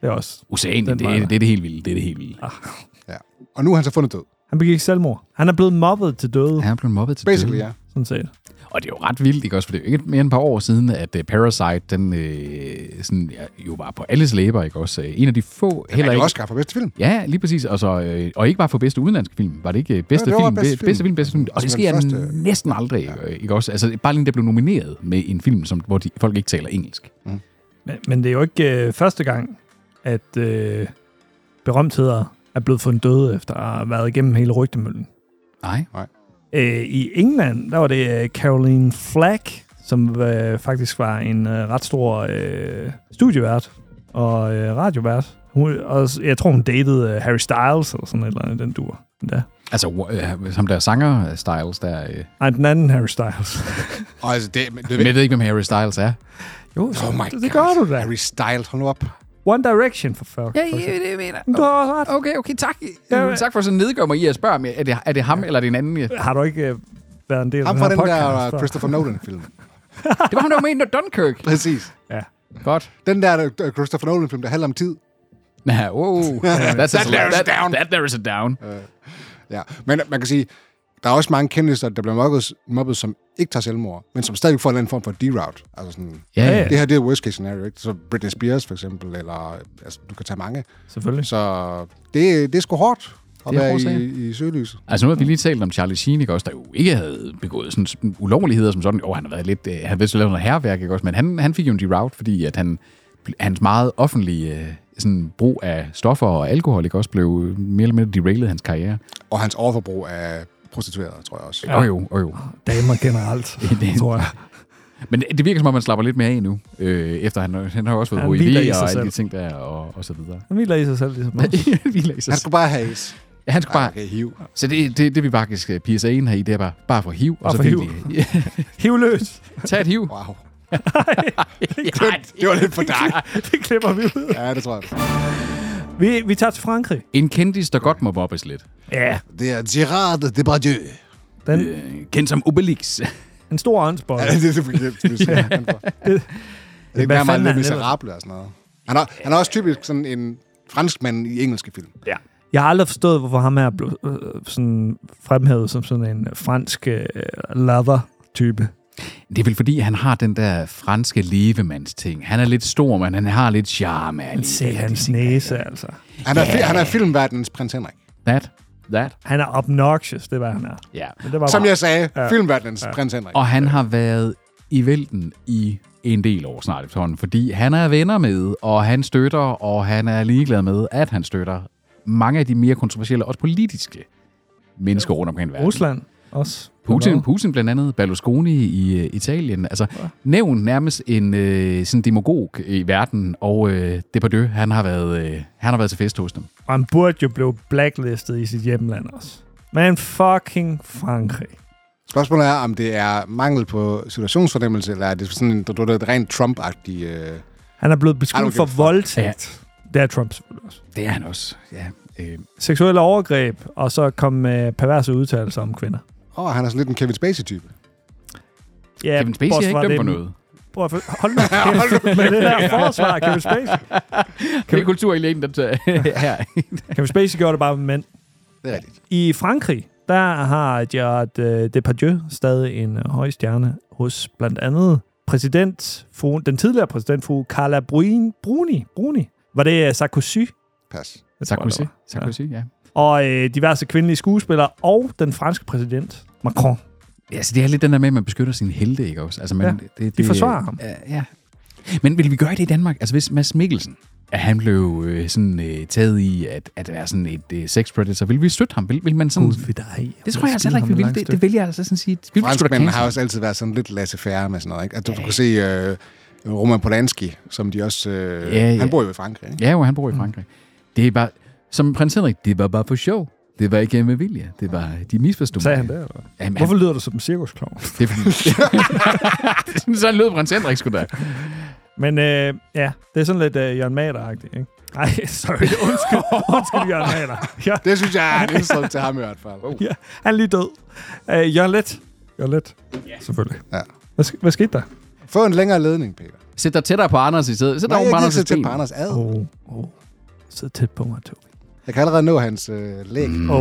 C: Det er også.
B: Oceanien,
C: Den
B: det,
C: vej,
B: er-
C: ja.
B: det, er det helt vilde. Det er det helt vilde.
E: Og nu er han så fundet død.
C: Han begik selvmord. Han er blevet mobbet til døde,
B: Han er blevet mobbet til
E: Basically,
B: døde.
E: ja.
C: sådan set.
B: Og det er jo ret vildt, ikke også? For det er jo ikke mere end et par år siden, at øh, Parasite, den øh, sådan, ja, jo var på alles læber, ikke også? Øh, En af de få,
E: Heller
B: heller
E: ikke.
B: ikke...
E: Oscar for bedste film.
B: Ja, lige præcis. Og, så, øh, og ikke bare for bedste udenlandske film. Var det ikke øh, bedste,
E: Jo, det var
B: film,
E: bedste
B: be-
E: film.
B: bedste film, bedste film? Og
E: Som
B: det
E: den
B: sker
E: første.
B: næsten aldrig, ja. ikke også? Altså, bare lige der blev nomineret med en film, som, hvor de, folk ikke taler engelsk.
C: Men, men det er jo ikke øh, første gang, at øh, berømtheder er blevet fundet døde, efter at have været igennem hele rygtemøllen.
B: Nej.
C: Øh, I England, der var det øh, Caroline Flack, som øh, faktisk var en øh, ret stor øh, studievært og øh, radiovært. Hun, og, s- jeg tror, hun datede øh, Harry Styles eller sådan et eller andet, i den dur. Ja.
B: Altså, øh, som der sanger Styles, der... Øh.
C: Ej, den anden Harry Styles.
E: Og altså, det, men, det,
B: Men jeg ved ikke, hvem Harry Styles er.
C: jo,
E: oh my
C: det,
E: God.
C: det gør du da.
E: Harry Styles, hold nu op.
C: One Direction for fuck. for eksempel.
B: det mener
C: Du har også ret.
B: Okay, okay, tak.
C: Ja,
B: tak for at nedgøre mig i at spørge, om jeg- er det, er det ham eller er det en anden? jeg-
C: Har du ikke øh, været en del af
E: Ham
C: den her
E: fra den
C: podcast?
E: der uh,
C: før?
E: Christopher Nolan-film.
B: Det var ham, der var med i Dunkirk.
E: Præcis.
B: Godt.
E: Den der uh, Christopher Nolan-film, der handler om tid.
B: Ja, wow. That's
E: That there is a down.
B: That, there is a down.
E: Ja. Men øh, man kan sige, der er også mange kendtiser, der bliver mobbet, mobbet, som ikke tager selvmord, men som stadig får en eller anden form for deroute. Altså sådan,
B: Ja,
C: Ja,
B: ja.
C: ja.
E: det her det er worst case scenario, ikke? Så Britney Spears for eksempel, eller altså, du kan tage mange.
C: Selvfølgelig.
E: Så det, det er sgu hårdt at
B: Det er
E: være
B: hårdt
E: i,
B: sager.
E: i søgelyset.
B: Altså nu har vi lige talt om Charlie Sheen, ikke også, der jo ikke havde begået sådan, sådan ulovligheder som sådan. Jo, han har været lidt, øh, han har vist lavet noget herværk, ikke også, men han, han fik jo en deroute, fordi at han, hans meget offentlige øh, sådan, brug af stoffer og alkohol, ikke også, blev mere eller mindre derailet hans karriere.
E: Og hans overforbrug af prostituerede, tror jeg også.
B: Ja. Og jo, og jo.
C: Damer generelt,
B: det-
C: tror jeg.
B: Men det virker som om, man slapper lidt mere af nu, øh, efter han, han har jo også
C: Han
B: fået
C: hviler i
B: HIV
C: sig
B: og alle
C: selv.
B: de ting der, og, og så videre.
C: Han hviler i sig selv, ligesom os.
B: Han hviler i sig
E: Han
B: selv.
E: skulle bare have is.
B: Ja, han skulle
E: Bare.
B: bare...
E: Okay, hiv.
B: Så det, det, det vi faktisk skal pisse ind her i, det er bare, bare for hiv.
C: Bare
B: så
C: for hiv.
B: virkelig-
C: Hiv løs!
B: Tag et hiv.
E: Wow.
B: Ja,
E: Det var lidt for dark.
C: det klipper vi ud.
E: Ja, det tror jeg.
C: Vi, vi tager til Frankrig.
B: En kendis, der godt må bobbes lidt.
C: Ja.
E: Det er Gerard Depardieu.
C: Den,
B: Øh, kendt som Obelix.
C: en stor åndsbold.
E: Ja, det er det forkert, hvis jeg er for. Det er
C: Hvad
E: mere meget
C: fanden er
E: lidt
C: han
E: miserable og sådan noget. Han er, han er også typisk sådan en franskmand i engelske film.
B: ja.
C: Jeg har aldrig forstået, hvorfor ham her blev øh, sådan fremhævet som sådan en fransk øh, lover-type.
B: Det er vel fordi, han har den der franske levemandsting. Han er lidt stor, men han har lidt charme.
C: Men se hans næse, altså.
E: Han er, yeah. han er filmverdenens prins Henrik.
B: That, that,
C: Han er obnoxious, det er, hvad han er.
B: ja. Yeah.
C: Men det var
E: Som
C: bare-
E: jeg sagde, ja. filmverdenens ja. prins Henrik.
B: Og han har været i vælten i en del år snart efterhånden, fordi han er venner med, og han støtter, og han er ligeglad med, at han støtter mange af de mere kontroversielle, også politiske mennesker rundt omkring i verden.
C: Rusland også.
B: Putin, Putin blandt andet, Berlusconi i øh, Italien. Altså, nævn nærmest en øh, sådan demagog i verden, og øh, Depardieu, han har, været, øh, han har været til fest hos dem.
C: Og han burde jo blive blacklistet i sit hjemland også. Men fucking Frankrig.
E: Spørgsmålet er, om det er mangel på situationsfornemmelse, eller er det sådan en, du, du, et rent Trump-agtig... Øh...
C: Han er blevet
E: Ej, du
C: beskyldt
E: giver
C: for
E: fuck.
C: voldtægt. Det er Trump selvfølgelig også.
B: Det er han også, ja. Øh,
C: Seksuelle overgreb, og så kom med perverse udtalelser om kvinder.
E: Åh, han er sådan lidt en Kevin Spacey-type.
C: Ja,
B: Kevin Spacey er ikke dømt for noget.
C: Prøv at føl- hold nu kæft med det der forsvar, Kevin Spacey.
B: Det er kultureliten, der tager her.
C: Kevin Spacey gjorde det bare med mænd.
E: Det er rigtigt.
C: I Frankrig, der har Gerard øh, Depardieu stadig en øh, høj stjerne hos blandt andet præsident, fru, den tidligere præsident, fru Carla Bruni. Bruni, Bruni. Var det øh, Sarkozy? Jeg
E: Pas.
C: tror,
B: Sarkozy,
C: det var.
B: Sarkozy, ja.
C: Og øh, diverse kvindelige skuespillere og den franske præsident, Macron.
B: Ja, altså, det er lidt den der med, at man beskytter sin helte, ikke også? Altså, man,
C: Ja,
B: det, det,
C: forsvarer ham.
B: Ja, ja. Men vil vi gøre det i Danmark? Altså, hvis Mads Mikkelsen, at han blev øh, sådan øh, taget i at, at være sådan et øh, sex predator, vil vi støtte ham? Vil, vil man sådan...
C: ved dig.
B: Det tror jeg altså heller ikke, vi vil. Det, det vil jeg altså sådan sige. Vi vil sgu da
E: Franskmændene har
B: cancel.
E: også altid været sådan lidt laissez-faire med sådan noget, ikke? At du, du kan se øh, Roman Polanski, som de også... Øh,
B: Ja,
E: ja,
B: ja.
E: ja. Han bor jo i Frankrig, ikke?
B: Ja, jo, han bor i Frankrig. Det er bare... Som prins Henrik, det var bare for sjov. Det var ikke med vilje. Det var de misforstod.
C: Sagde han det? Eller?
B: Jamen, han-
C: Hvorfor lyder du som en cirkusklovn?
B: Det er fordi... Sådan lød prins Henrik sgu da.
C: Men øh, ja, det er sådan lidt øh, Jørgen Mader-agtigt, ikke? Nej, sorry. Undskyld, undskyld Jørgen Mader. Ja,
E: Det synes jeg er en insult til ham i hvert fald.
C: ja, han er lige død. Øh, Jørgen Let. Jørgen Let. Ja. Selvfølgelig.
E: Ja.
C: Hvad, sk- hvad skete der?
E: Få en længere ledning, Peter.
B: Sæt dig tættere på Anders i stedet. Sæt dig
E: Nej,
B: over på
E: jeg kan
B: Anders'
E: ikke sætte
B: ben.
E: tæt på Anders ad.
C: Åh, oh, oh. Sid tæt på mig, Tobi.
E: Jeg kan allerede nå hans øh, læg. Mm.
C: Åh,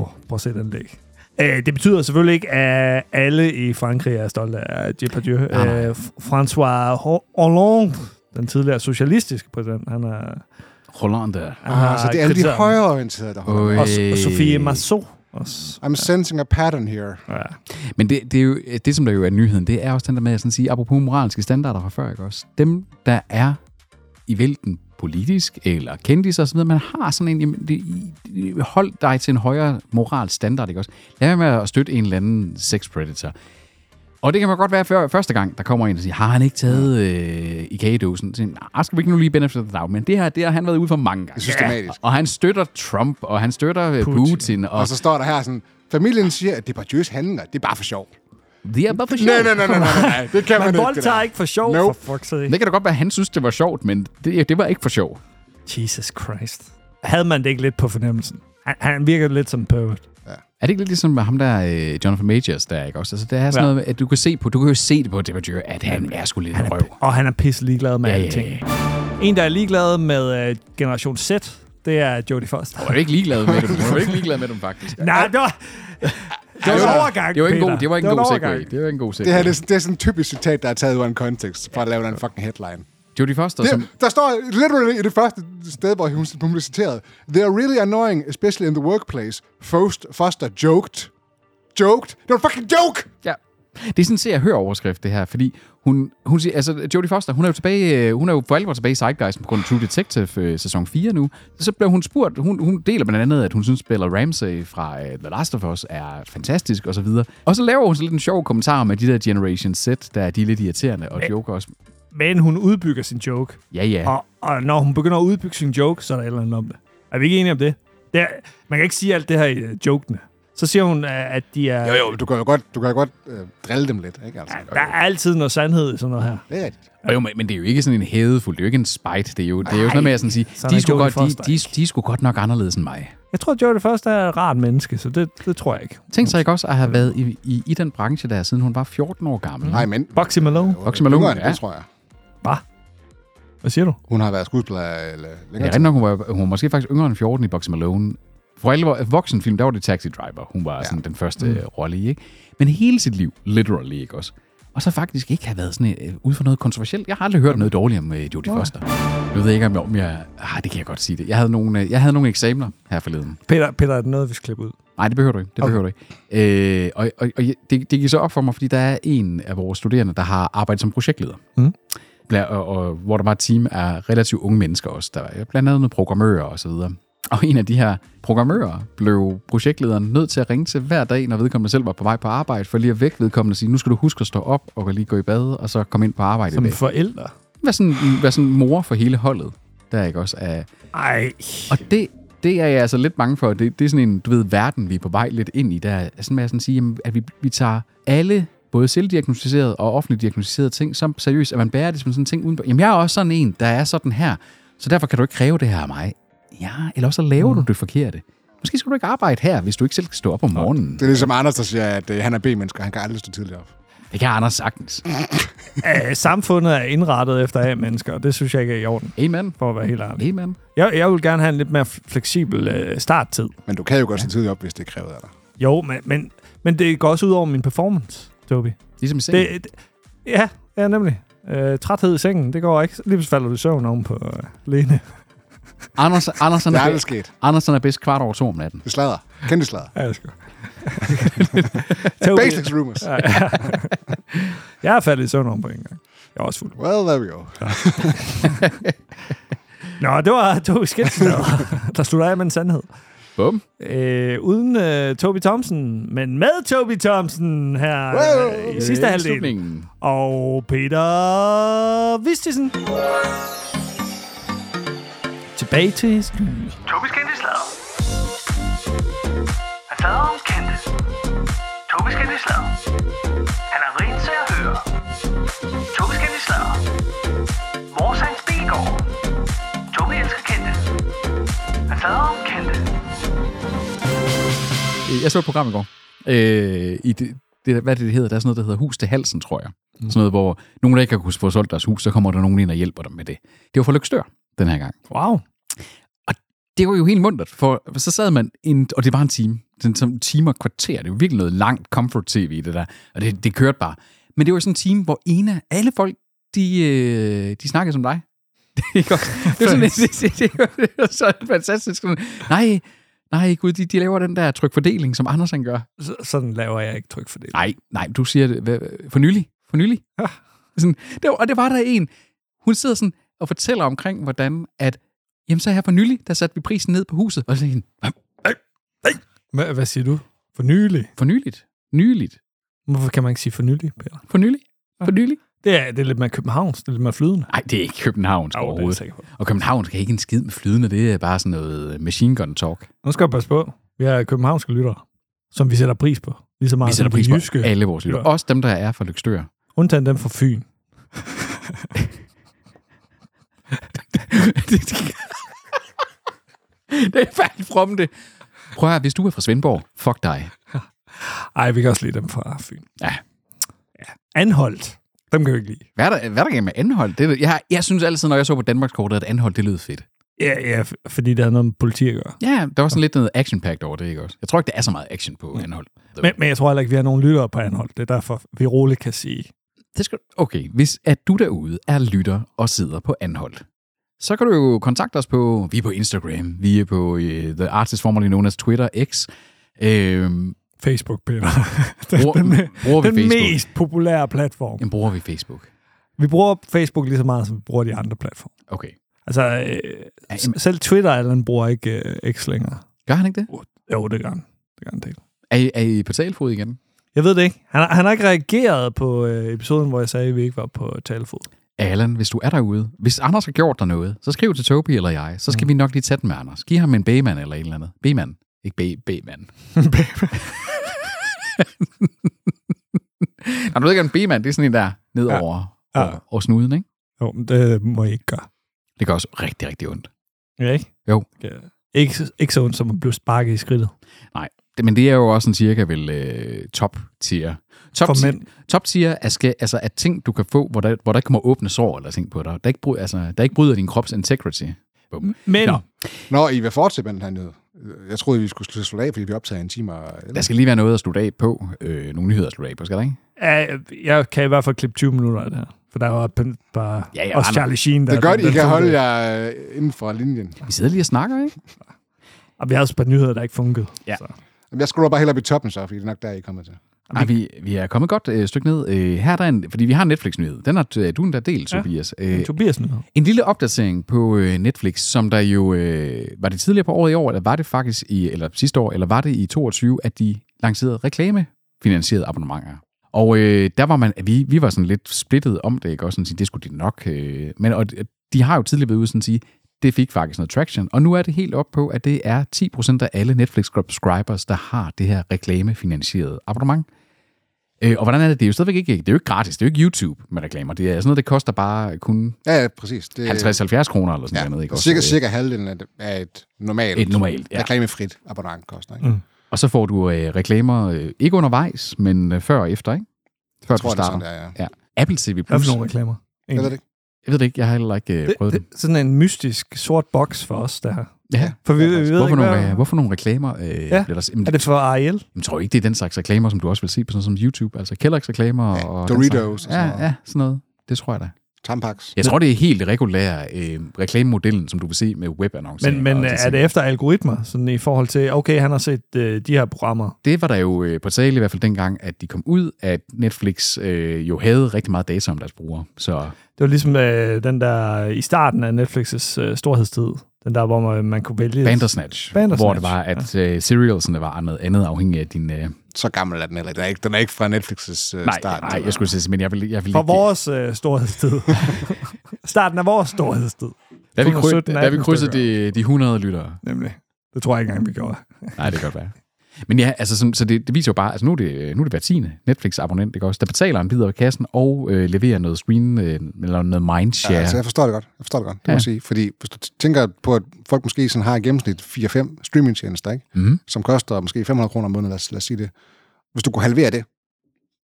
C: oh, prøv at se den læg. Øh, det betyder selvfølgelig ikke, at alle i Frankrig er stolte af Depardieu.
B: Nej, nej.
C: Øh, F- François Ho- Hollande, den tidligere socialistiske præsident, han er...
B: Hollander.
C: Han
E: Ah, så det er alle de
C: kritiseret ham.
E: højreorienterede, der holder.
B: Øj.
E: med.
C: Og, S- og Sofie
B: Øh.
C: Marceau også.
E: I'm sensing a pattern here.
C: Ja.
B: Men det, det, er jo, det, som der jo er nyheden, det er også den der med at sådan sige, apropos moralske standarder fra før, ikke også? Dem, der er i vælten politisk eller kendis og så videre, man har sådan en, jamen, det, det- hold dig til en højere moral standard, ikke også? Lad være med at støtte en eller anden sex predator. Og det kan man godt være før, første gang, der kommer en og siger, har han ikke taget øh, i kagedåsen? Så siger han, "Nej, skal vi ikke nu lige benefit the doubt? Men det her, det har han været ude for mange gange.
E: Systematisk.
B: Og, og han støtter Trump, og han støtter øh, Putin. Putin og,
E: Og så står der her sådan, familien siger, at det er bare Depardieu's handlinger, det er bare for sjov.
B: det er bare for sjov.
E: Nej, nej, nej, nej, nej, nej. det kan man,
C: Man
E: ikke. det
C: voldtager
E: der.
C: ikke for sjov,
E: Nope.
C: for fuck's sake.
B: Det kan da godt være, at han synes, det var sjovt, men det, det var ikke for sjov.
C: Jesus Christ. Havde man det ikke lidt på fornemmelsen? Han, han virker lidt som en pervert.
B: Er det ikke lidt ligesom med ham der, øh, Jonathan Majors, der, ikke også? Altså, det er sådan
C: Ja.
B: noget, at du kan se på, du kan jo se det på Depardieu, at han er sgu lidt en røv.
C: Og han er pisse ligeglad med
B: Ja,
C: ja,
B: ja, ja.
C: alting. En, der er ligeglad med øh, Generation Z, det er Jodie Foster.
B: Jeg er ikke ligeglad med dem. Jeg er ikke ligeglad med dem, faktisk.
C: Nej, det var... Det var en overgang,
B: Det var ikke en
C: Peter.
B: god, det var ikke en god
C: overgang.
B: segway. Det var ikke en god segway.
E: Det her det er, sådan- det er sådan et typisk citat, der er taget ud af en kontekst, for at lave en fucking headline.
B: Jodie Foster, som...
E: Det, der står literally i det første sted, hvor hun hun blev citeret. They are really annoying, especially in the workplace. First Foster joked. Joked? Det var en fucking joke!
B: Ja. Det er sådan, ser jeg hører overskrift, det her, fordi hun, hun siger, altså Jodie Foster, hun er jo tilbage, øh, hun er jo for alvor tilbage i Sidegeisten på grund af True Detective øh, sæson 4 nu. Så blev hun spurgt, hun, hun deler blandt andet, at hun synes, Bella Ramsey fra øh, The Last of Us er fantastisk og så videre. Og så laver hun så lidt en sjov kommentar om, at de der Generation Z, der er de er lidt irriterende og joker også.
C: Men hun udbygger sin joke.
B: Ja, ja.
C: Og, og når hun begynder at udbygge sin joke, så er der et eller andet om det. Er vi ikke enige om det? det er, man kan ikke sige alt det her i øh, jokene. Så siger hun, øh, at de er...
E: Jo, jo, du kan jo godt, du kan jo godt øh, drille dem lidt, ikke? Altså,
C: Der er altid noget sandhed i sådan noget her.
E: Det er rigtigt.
B: Og jo, men, men det er jo ikke sådan en hædefuld, det er jo ikke en spite, det er jo, det er jo sådan noget med at sådan sige,
C: Sådan
B: de
C: er
B: skulle
C: Jodie
B: godt, de,
C: Foster
B: de, de skulle godt nok anderledes end mig.
C: Jeg tror, at Jodie Foster er et rart menneske, så det, det tror jeg ikke.
B: Tænk så ikke også at have været i, i, i den branche der, siden hun var 14 år gammel.
E: Nej, men...
C: Boxy Malone?
B: Oxymalone,
E: Yngre end
B: ja.
E: Det tror jeg.
C: Hvad? Hvad siger du?
E: Hun har været skuespiller øh, eller
B: Det er
E: længere tid.
B: rigtig nok, hun var, hun var måske faktisk yngre end 14 i Boxing Malone. For alvor, voksenfilm, der var det Taxi Driver. Hun var ja. sådan den første mm. rolle i, ikke? Men hele sit liv, literally, ikke også? Og så faktisk ikke have været sådan øh, ude for noget kontroversielt. Jeg har aldrig hørt noget dårligt om øh, Jodie Foster. Nu ved jeg ikke, om jeg... Om jeg ah, det kan jeg godt sige det. Jeg havde nogle, øh, jeg havde nogle eksamener her forleden.
C: Peter, Peter, er det noget, vi skal klippe ud?
B: Nej, det behøver du ikke. Det behøver du ikke. Øh, og og, og jeg- det, det gik så op for mig, fordi der er en af vores studerende, der har arbejdet som projektleder.
C: Mm.
B: Bla, og, og, hvor der var et team af relativt unge mennesker også. Der var blandt andet nogle programmører og så videre. Og en af de her programmører blev projektlederen nødt til at ringe til hver dag, når vedkommende selv var på vej på arbejde, for lige at vække vedkommende og sige, nu skal du huske at stå op og lige gå i bad, og så komme ind på arbejde
C: Som
B: i dag.
C: forældre?
B: Vær sådan, vær sådan mor for hele holdet. Der er ikke også af,
C: Ej.
B: og det, det er jeg altså lidt bange for. Det, det er sådan en, du ved, verden, vi er på vej lidt ind i. Der er sådan med at sådan sige, jamen, at vi, vi tager alle både selvdiagnostiserede og offentligt diagnostiserede ting som seriøst, at man bærer det som sådan en ting udenpå. Jamen, jeg er også sådan en, der er sådan her, så derfor kan du ikke kræve det her af mig. Ja, eller også så laver mm. du det forkerte. Måske skal du ikke arbejde her, hvis du ikke selv skal stå op om morgenen.
E: Det er ligesom Anders, der siger, at øh, han er B-mennesker. Han kan aldrig stå tidligere op.
B: Det kan Anders sagtens.
C: Æh, samfundet er indrettet efter A-mennesker, og det synes jeg ikke er i orden,
B: Amen.
C: for at være helt ærlig.
B: Amen.
C: Jeg, jeg vil gerne have en lidt mere fleksibel øh, starttid.
E: Men du kan jo godt stå tidligere op, hvis det er krævet af dig.
C: Jo, men, men, men det går også ud over min performance, Tobi.
B: Ligesom i sengen.
C: Det, det, ja, ja, nemlig. Øh, træthed i sengen, det går ikke. Lige pludselig falder du i søvn oven på øh, Lene.
B: Anders, Anders,
E: Det
B: er,
E: er aldrig
B: bedst,
E: sket.
B: Andersen er bedst kvart over to om natten.
E: Det slader. Kendte slader.
C: Ja, jeg skal. Tobi,
E: Basics rumors.
C: Ja, ja. jeg er faldet i søvn oven på en gang. Jeg er også fuld.
E: Well, there we go.
C: Nå, det var to skændstader, der slutter af med en sandhed.
B: Bum.
C: Øh, uden øh, Toby Thompson, men med Toby Thompson her wow. i sidste
B: Øh,
C: halvdel.
B: slutningen.
C: Og Peter Vistisen. Tilbage til historien.
D: Tobis kendte slader. Han slader om kendte. Tobis kendte slader. Han er rent til at høre. Tobis kendte slader. Vores hans bilgård. Tobi elsker kendte. Han slader om kendte.
B: Øh, Jeg så et program i går. Øh, i det, det, hvad er det, det hedder? Der er sådan noget, der hedder Hus til halsen, tror jeg. Mm. Sådan noget, hvor nogen, der ikke har kunnet få solgt deres hus, så kommer der nogen ind og hjælper dem med det. Det var for Lykstør den her gang.
C: Wow.
B: Det var jo helt mundtet, for så sad man, en, og det var en time. Sådan som en time og et kvarter. Det var virkelig noget langt comfort-tv, det der. Og det, det kørte bare. Men det var sådan en time, hvor en af alle folk, de, øh, de snakkede som dig. Det er godt. Det var sådan, det, det, det, var- det var sådan fantastisk. Sådan, nej, nej, gud, de, de laver den der trykfordeling, som Anders han gør.
C: Så, sådan laver jeg ikke tryk for det.
B: Nej, nej, du siger det. Hvad, for nylig. For nylig.
C: Ja.
B: Sådan, der, og det var der en. Hun sidder sådan og fortæller omkring, hvordan at, jamen så her for nylig, der satte vi prisen ned på huset. Og så siger hun, "Hva?
C: Hva, hvad siger du? For nylig?
B: for nyligt. Nyligt.
C: Hvorfor kan man ikke sige for nylig, Peter?
B: For nylig. For nylig.
C: Det er, det er lidt mere københavns, det er lidt mere flydende.
B: Nej, det er ikke Københavns
C: Jo, det er jeg
B: overhovedet.
C: sikker på.
B: Og København skal ikke en skid med flydende. Det er bare sådan noget machine gun talk.
C: Nu skal jeg passe på. Vi har københavnske lyttere, som vi sætter pris på. Lige så meget
B: Vi sætter
C: som de
B: pris på
C: jyske.
B: alle vores lytter.
C: Ja.
B: Også dem, der er fra Lykstør.
C: Undtagen dem fra Fyn.
B: det er fandme from det. Prøv at høre, hvis du er fra Svendborg, fuck dig.
C: Ej, vi kan også lide dem fra Fyn.
B: Ja,
C: Anholdt. Dem kan vi ikke lide.
B: Hvad er der, hvad er der galt med anhold? Det, er- jeg, jeg synes altid, når jeg så på Danmarkskortet, at anhold, det lød fedt.
C: Ja, ja, f- fordi det havde noget med politi at gøre.
B: Ja, der var sådan lidt noget action over det, ikke også? Jeg tror ikke, der er så meget action på anhold.
C: Men, men jeg tror heller ikke, vi har nogen lyttere på Anholdt. Det er derfor, vi roligt kan sige.
B: Det skal, okay, hvis at du derude er lytter og sidder på anhold, så kan du jo kontakte os på, vi er på Instagram, vi er på uh, The Artist Formerly Known as Twitter, X. Øhm,
C: Facebook, Peter.
B: bruger,
C: den
B: bruger vi
C: den
B: Facebook?
C: mest populære platform.
B: Jamen, bruger vi Facebook?
C: Vi bruger Facebook lige så meget, som vi bruger de andre platforme.
B: Okay.
C: Altså, øh,
B: Ja,
C: s-
B: jamen-
C: selv Twitter Allan bruger ikke øh, X længere.
B: Gør han ikke det?
C: Jo, det gør han. Det gør han det.
B: Er I, er I på talfod igen?
C: Jeg ved det ikke. Han, har- han har ikke reageret på øh, episoden, hvor jeg sagde, at vi ikke var på talefod.
B: Allan, hvis du er derude, hvis Anders har gjort dig noget, så skriv til Tobi eller jeg, så skal mm. vi nok lige tage den med Anders. Giv ham en B-mand eller et eller andet. B-mand. Ikke B, B-mand. Nå, du ved ikke, om en B-mand, det er sådan en der
C: Ja.
B: nedover
C: Ja.
B: ja. over, over snuden, ikke?
C: Jo, men det må jeg ikke gøre.
B: Det gør også rigtig, rigtig ondt.
C: Ja, ikke?
B: Jo.
C: Ja. Ikke, ikke så ondt, som at blive sparket i skridtet.
B: Det- Men det er jo også sådan cirka vel øh, top tier. Top,
C: For
B: ti-
C: mænd.
B: top tier er, skal, altså, er ting, du kan få, hvor der, hvor der ikke kommer åbne sår eller ting på dig. Der ikke, bryder, altså, der ikke bryder din krops integrity. Bum.
C: Men
B: Nå.
E: Nå, I vil fortsætte med den her nyhed. Jeg troede, vi skulle slutte af, fordi vi optager en time. og-
B: Der skal lige være noget at slutte af på. Øh, nogle nyheder at slutte af på, skal der ikke?
C: ja, jeg kan i hvert fald klippe 20 minutter af det her. For der var bare
B: Ja,
C: ja,
B: ja,
C: ja, også
B: Anders.
C: Charlie Sheen. Der,
E: Det er godt,
C: der,
E: I kan holde jer øh, inden for linjen.
B: Vi sidder lige og snakker, ikke?
C: Og vi har også et par nyheder, der ikke funkede.
B: Ja.
C: Så.
E: Jamen, Jeg scroller bare helt op i toppen så, fordi det er nok der, I kommer til.
B: Ej, vi, vi er kommet godt øh, stykke ned. Øh, her er der en, fordi vi har en Netflix-nyhed. Den har øh, du endda delt,
C: Ja.
B: Tobias.
C: Men
B: Øh,
C: Tobias nyheder.
B: en lille opdatering på øh, Netflix, som der jo... Øh, var det tidligere på året i år, eller var det faktisk i, eller sidste år, eller var det i 22, at de lancerede reklamefinansierede abonnementer? Og øh, der var man, vi, vi var sådan lidt splittet om det, ikke? Og sådan sige, det skulle de nok. Øh, men og, de har jo tidligere været ude sådan at sige, det fik faktisk noget traction, og nu er det helt op på, at det er 10% af alle Netflix-subscribers, der har det her reklamefinansierede abonnement. Øh, og hvordan er det? Det er jo stadigvæk ikke, det er jo ikke gratis, det er jo ikke YouTube med reklamer. Det er sådan noget, det koster bare kun
E: Ja, ja, præcis. Det,
B: 50-70 kroner eller sådan
E: Øh, ja,
B: ja, noget. Ikke? Også,
E: cirka,
B: øh,
E: cirka halvdelen af det- af et normalt,
B: Et normalt, ja.
E: reklamefrit abonnement koster. Ikke?
C: Mm.
B: Og så får du øh, reklamer, øh, ikke undervejs, men øh, før og efter, ikke? Før
E: Jeg tror,
B: du
E: det er sådan,
B: starter.
E: det er, ja.
B: Apple TV
C: Hvad
B: Plus.
C: for nogle reklamer?
E: Jeg ved det ikke.
B: Jeg ved det ikke, jeg har heller ikke øh, prøvet
C: Det,
B: det.
C: det, sådan en mystisk sort boks for os, der her.
B: Ja.
C: For vi, vi ved
B: Hvorfor
C: ikke,
B: nogle, øh,
C: hvad,
B: hvorfor nogle reklamer? Øh, ja.
C: Ja.
B: bliver der, s- jamen,
C: er det for Ariel?
B: Jeg tror ikke, det er den slags reklamer, som du også vil se på sådan som YouTube. Altså Kellogg's reklamer
E: Ja,
B: og...
E: Doritos
B: og
E: og
B: sådan
E: sådan
B: noget.
E: noget.
B: Ja, ja, sådan noget. Det tror jeg da.
E: Tampax.
B: Jeg tror, det er helt regulær øh, reklamemodellen, som du vil se med webannoncer.
C: Men, men er det efter algoritmer, sådan i forhold til, okay, han har set øh, de her programmer.
B: Det var der jo øh, på tale i hvert fald dengang, at de kom ud, at Netflix øh, jo havde rigtig meget data om deres brugere. Så
C: Det var ligesom øh, den der i starten af Netflix' øh, storhedstid. Den der, hvor øh, man, man kunne vælge...
B: Bandersnatch,
C: Bandersnatch,
B: hvor det var, at øh, serialsene var noget andet afhængig af din... Øh, nej,
E: Så gammel er den heller ikke. Den er ikke, den er ikke fra Netflix's uh, start.
B: nej, jeg skulle sige, men jeg vil, jeg vil
C: Fra vores øh, storhedstid. starten af vores storhedstid.
B: da vi, kryds,
C: 2017,
B: da vi
C: 18
B: krydsede
C: stykker.
B: de, de 100 lyttere.
C: Nemlig. Det tror jeg ikke engang, vi gjorde.
B: Nej, det kan godt være. Men ja, altså, sådan, så det, det viser jo bare, altså nu er det, nu er det hver tiende Netflix-abonnent, ikke også, der betaler en bid af kassen og øh, leverer noget stream øh, eller noget mindshare.
E: Ja, altså, jeg forstår det godt. Jeg forstår det godt, det ja. må
B: Ja.
E: jeg sige. Fordi hvis du t- tænker på, at folk måske sådan har i gennemsnit 4-5 streamingtjenester, ikke?
B: Mhm.
E: som koster måske 500 kroner om måneden, lad os, lad os sige det. Hvis du kunne halvere det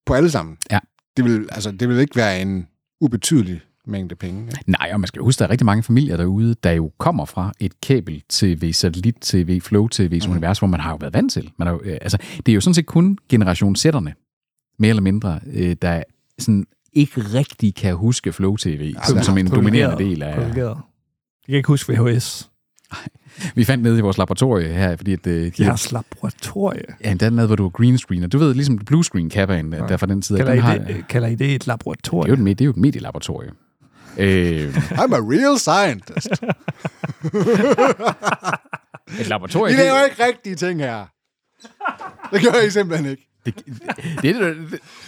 E: på alle sammen,
B: Ja.
E: det, vil, altså, det vil ikke være en ubetydelig mængde penge. Ikke?
B: Nej, og man skal jo huske, der er rigtig mange familier derude, der jo kommer fra et kabel-tv, satellit-tv, flow-tv's mm. univers, hvor man har jo været vant til. Man har jo, øh, altså, det er jo sådan set kun generationssætterne, mere eller mindre, øh, der sådan ikke rigtig kan huske flow-tv
E: Altså,
B: som, som en dominerende del af...
C: Privilegeret. Jeg kan ikke huske VHS.
B: Vi fandt nede i vores laboratorie her, fordi at, øh, de, ja.
C: Jeres laboratorie.
B: Ja, den lavede, hvor du var green screen, og du ved, ligesom blue screen kappaen ja. der fra den tid, at
C: Kalder
B: den
C: I,
B: har,
C: det,
B: det,
C: øh, kalder I det et
B: er jo
C: laboratorium?
B: et, med- det er jo et medielaboratorie. øh,
E: I'm a real scientist.
B: et laboratorium,
E: I
B: det,
E: laver ikke rigtige ting her. Det gør I simpelthen ikke.
B: det, det, det,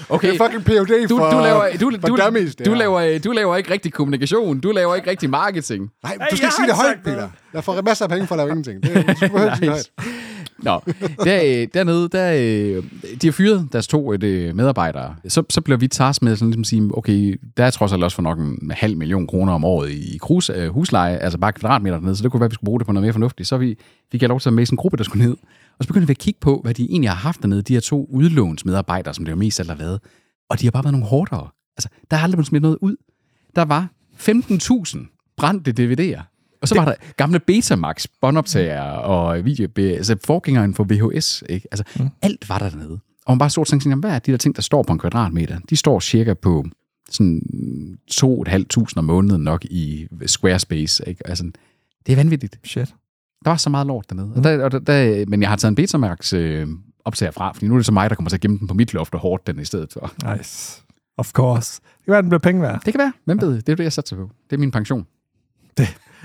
B: okay,
E: Det er fucking PhD
B: du,
E: for,
B: du, laver, du,
E: for
B: du,
E: dummies, det
B: du,
E: her.
B: laver, øh, du laver ikke rigtig kommunikation, du laver ikke rigtig marketing.
E: Nej,
C: Hey,
E: du skal
C: jeg
E: ikke
C: har
E: sige det højt,
C: ikke sagt
E: Peter. Jeg får masser af penge for at lave ingenting. Det, du skal nice. sige det højt.
B: Nå, der, øh, dernede, der, øh, de har fyret deres to øh, det- medarbejdere. Så, så bliver vi tasked med sådan, ligesom at sige, okay, der er trods alt også for nok en halv million kroner om året i, i krus, øh, husleje, altså bare kvadratmeter dernede, så det kunne være, at vi skulle bruge det på noget mere fornuftigt. Så vi, fik jeg lov til at med sådan en gruppe, der skulle ned. Og så begyndte vi at kigge på, hvad de egentlig har haft dernede, de her to udlånsmedarbejdere, som det jo mest alt har været. Og de har bare været nogle hårdere. Altså, der er aldrig blevet smidt noget ud. Der var 15.000 brændte DVD'er. Og så det... var der gamle Betamax, båndoptager og video, altså forgængeren for VHS. Ikke? Altså, mm. alt var der dernede. Og man bare stort set tænkte, jamen, hvad er de der ting, der står på en kvadratmeter? De står cirka på sådan 2.500 om måneden nok i Squarespace. Ikke? Altså, det er vanvittigt.
C: Shit.
B: Der var så meget lort dernede. Og der, og der, der, men jeg har taget en Betamax øh, optager fra, fordi nu er det så mig, der kommer til at gemme den på mit loft og hårdt den i stedet for.
C: Nice. Of course. Det kan være, den bliver penge værd.
B: Det kan være. Hvem ved? Det er jo det, jeg satser på. Det er min pension.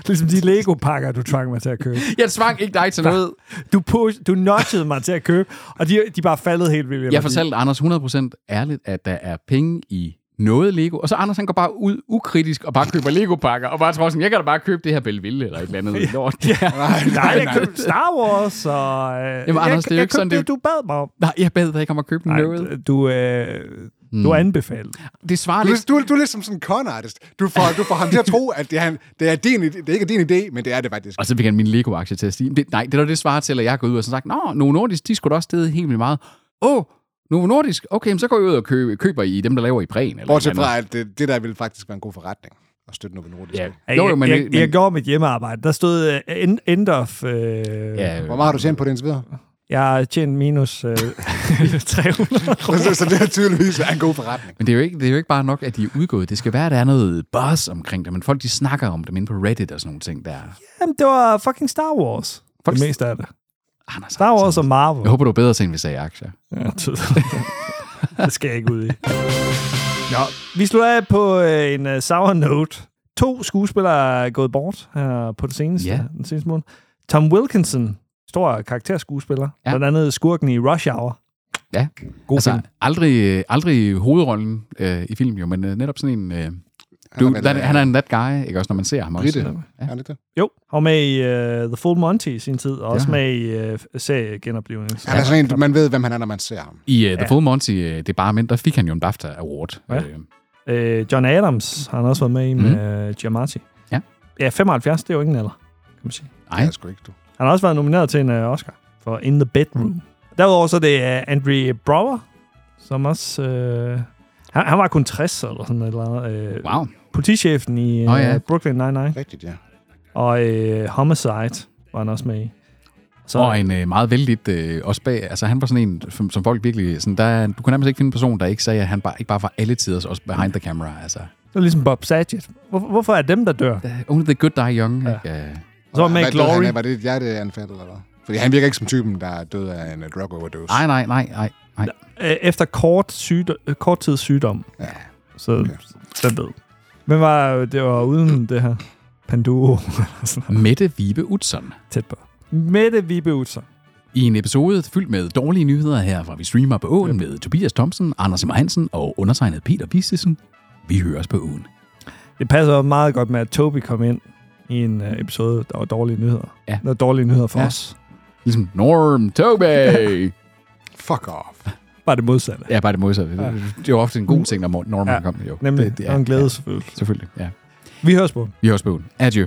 C: Ligesom de Lego-pakker, du tvang mig til at købe.
B: Jeg tvang ikke dig til noget.
C: Du, push, du nudgede mig til at købe, og de, de er bare faldet helt vildt.
B: Jeg fortalte Anders 100% ærligt, at der er penge i noget Lego, og så Anders han går bare ud ukritisk og bare køber Lego-pakker, og bare tror sådan, jeg kan da bare købe det her Belleville eller et eller andet lort. Ja.
E: Nej,
C: Nej, jeg købte Star Wars, og... Øh, Jamen, jeg,
B: Anders, det er jo
C: jeg
B: ikke sådan,
C: købte
B: det-
C: det, du bad mig om.
B: Nej, jeg bad dig ikke om at købe
C: Nej,
B: noget.
C: du, øh,
B: Hmm.
C: du anbefalede.
B: Det svarer
E: Du, er
B: lidt
E: lidt- du, du er lidt som sådan en con-artist. Du får, du får ham til at tro, at det er, han- det er din, idé- det ikke er din idé, men det er det faktisk.
B: Og så fik han min Lego-aktie til at stige. Men Det, nej, det er da det svarer til, at jeg går ud og så sagt, Nå, Novo Nordisk, de skulle da også stedet helt vildt meget. Åh, Novo Nordisk? Okay, men så går I ud og køber, køber I dem, der laver i prægen. Eller
E: Bortset
B: et eller
E: fra, at det, det der ville faktisk være en god forretning at støtte Novo
B: andet.
E: Nordisk.
B: Ja.
C: Jeg,
B: Jo, jo, men,
C: jeg,
B: men,
C: jeg gjorde mit hjemmearbejde. Der stod uh, end, end of... Uh, yeah.
B: ja,
E: Hvor meget har du tjent på det indtil videre?
C: Jeg har tjent minus uh, 300 kroner.
E: Så det har tydeligvis været en god forretning.
B: Men det er, jo ikke, det er jo ikke bare nok, at de er udgået. Det skal være, at der er noget buzz omkring det, men folk de snakker om dem inde på Reddit og sådan nogle ting der. Ah,
C: Jamen, det var fucking Star Wars.
B: Fuck.
C: Fuck. Det meste af det.
B: Anders,
C: Star Wars
B: Andersen.
C: og Marvel.
B: Jeg håber, du er bedre til investere i aktier.
C: Ja, tydeligt. det skal jeg ikke ud i. Nå, vi slutter af på øh, en uh, sour note. To skuespillere er gået bort her på det seneste,
B: Ja.
C: yeah. den seneste måned. Tom Wilkinson, stor karakterskuespiller.
B: Ja.
C: Ja. Blandt andet skurken i Rush Hour.
B: Ja.
C: God altså,
B: Altså,
C: film.
B: aldrig, aldrig hovedrollen øh, i film jo, men øh, netop sådan en... Øh,
E: er
B: du,
E: vel,
B: that,
E: øh,
B: han er en that guy, ikke også, når man ser ham
E: Britte.
B: også. Ja.
E: Er det det?
C: Jo, han var med i uh, The Full Monty i sin tid, og også
B: Ja.
C: med i uh, seriegenoplevelsen.
E: Han er sådan en, man ved, hvem han er, når man ser ham.
B: I uh, The
C: Ja.
B: Full Monty, uh, det er bare mænd, der fik han jo en BAFTA Award.
C: Ja.
B: Øh,
C: Øh, John Adams har han også været med i med mm. Giamatti.
B: Mhm. Ja.
C: Ja, 75, det er jo ingen alder, kan man sige.
E: Det
B: ej,
E: er sgu ikke, du.
C: Han har også været nomineret til en øh, Oscar for In the
B: Mm.
C: Bedroom. Derudover så er det uh, Andre Brower, som også... øh, han, han var kun 60 eller sådan et eller andet. øh,
B: wow.
C: Politichefen i øh,
B: Nå ja.
C: Brooklyn Nine-Nine.
E: Rigtigt, ja.
C: Og øh, Homicide var han også med i. Så,
B: Og en øh, meget vældigt øh, også bag, altså han var sådan en, som, som folk virkelig, sådan, der, du kunne nærmest ikke finde en person, der ikke sagde, at han bare, ikke bare var alle tiders, også behind the camera, altså.
C: det var ligesom Bob Saget. Hvor, hvorfor er dem, der dør?
B: Uh, only the good die young.
C: Ja.
B: Ikke? Øh,
C: Så var han med i
E: Hvad døde han
C: Glory.
E: af? Var det et hjerteanfald, eller hvad? Fordi han virker ikke som typen, der er død af en øh, drug overdose.
B: Ej, nej, nej, nej.
C: øh, efter kort, sygdom, øh, kort tid sygdom.
E: Ja.
C: Så okay. den ved. Men var, øh, det var uden det her Panduro.
B: Mette Vibe Utzon.
C: Tæt på. Mette Vibeutser.
B: I en episode fyldt med dårlige nyheder her fra Vi Streamer på Åen med Tobias Thomsen, Anders Simmer Hansen og undertegnet Peter Vistesen. Vi høres på Åen.
C: Det passer jo meget godt med, at Toby kom ind i en øh, episode, der var dårlige nyheder.
B: Ja.
C: Der var dårlige nyheder for
B: Ja.
C: ja. os.
B: Ligesom Norm Toby!
E: Fuck off.
C: Bare det modsatte.
B: ja, bare det modsatte. Det, det er jo ofte en god ting, når Mor- Norm
C: Ja,
B: ja. kommer. Jo,
C: Nemlig,
B: det, det er
C: og en glæde
B: Ja,
C: selvfølgelig.
B: selvfølgelig, ja.
C: Vi høres på.
B: Vi høres på Åen. Adieu.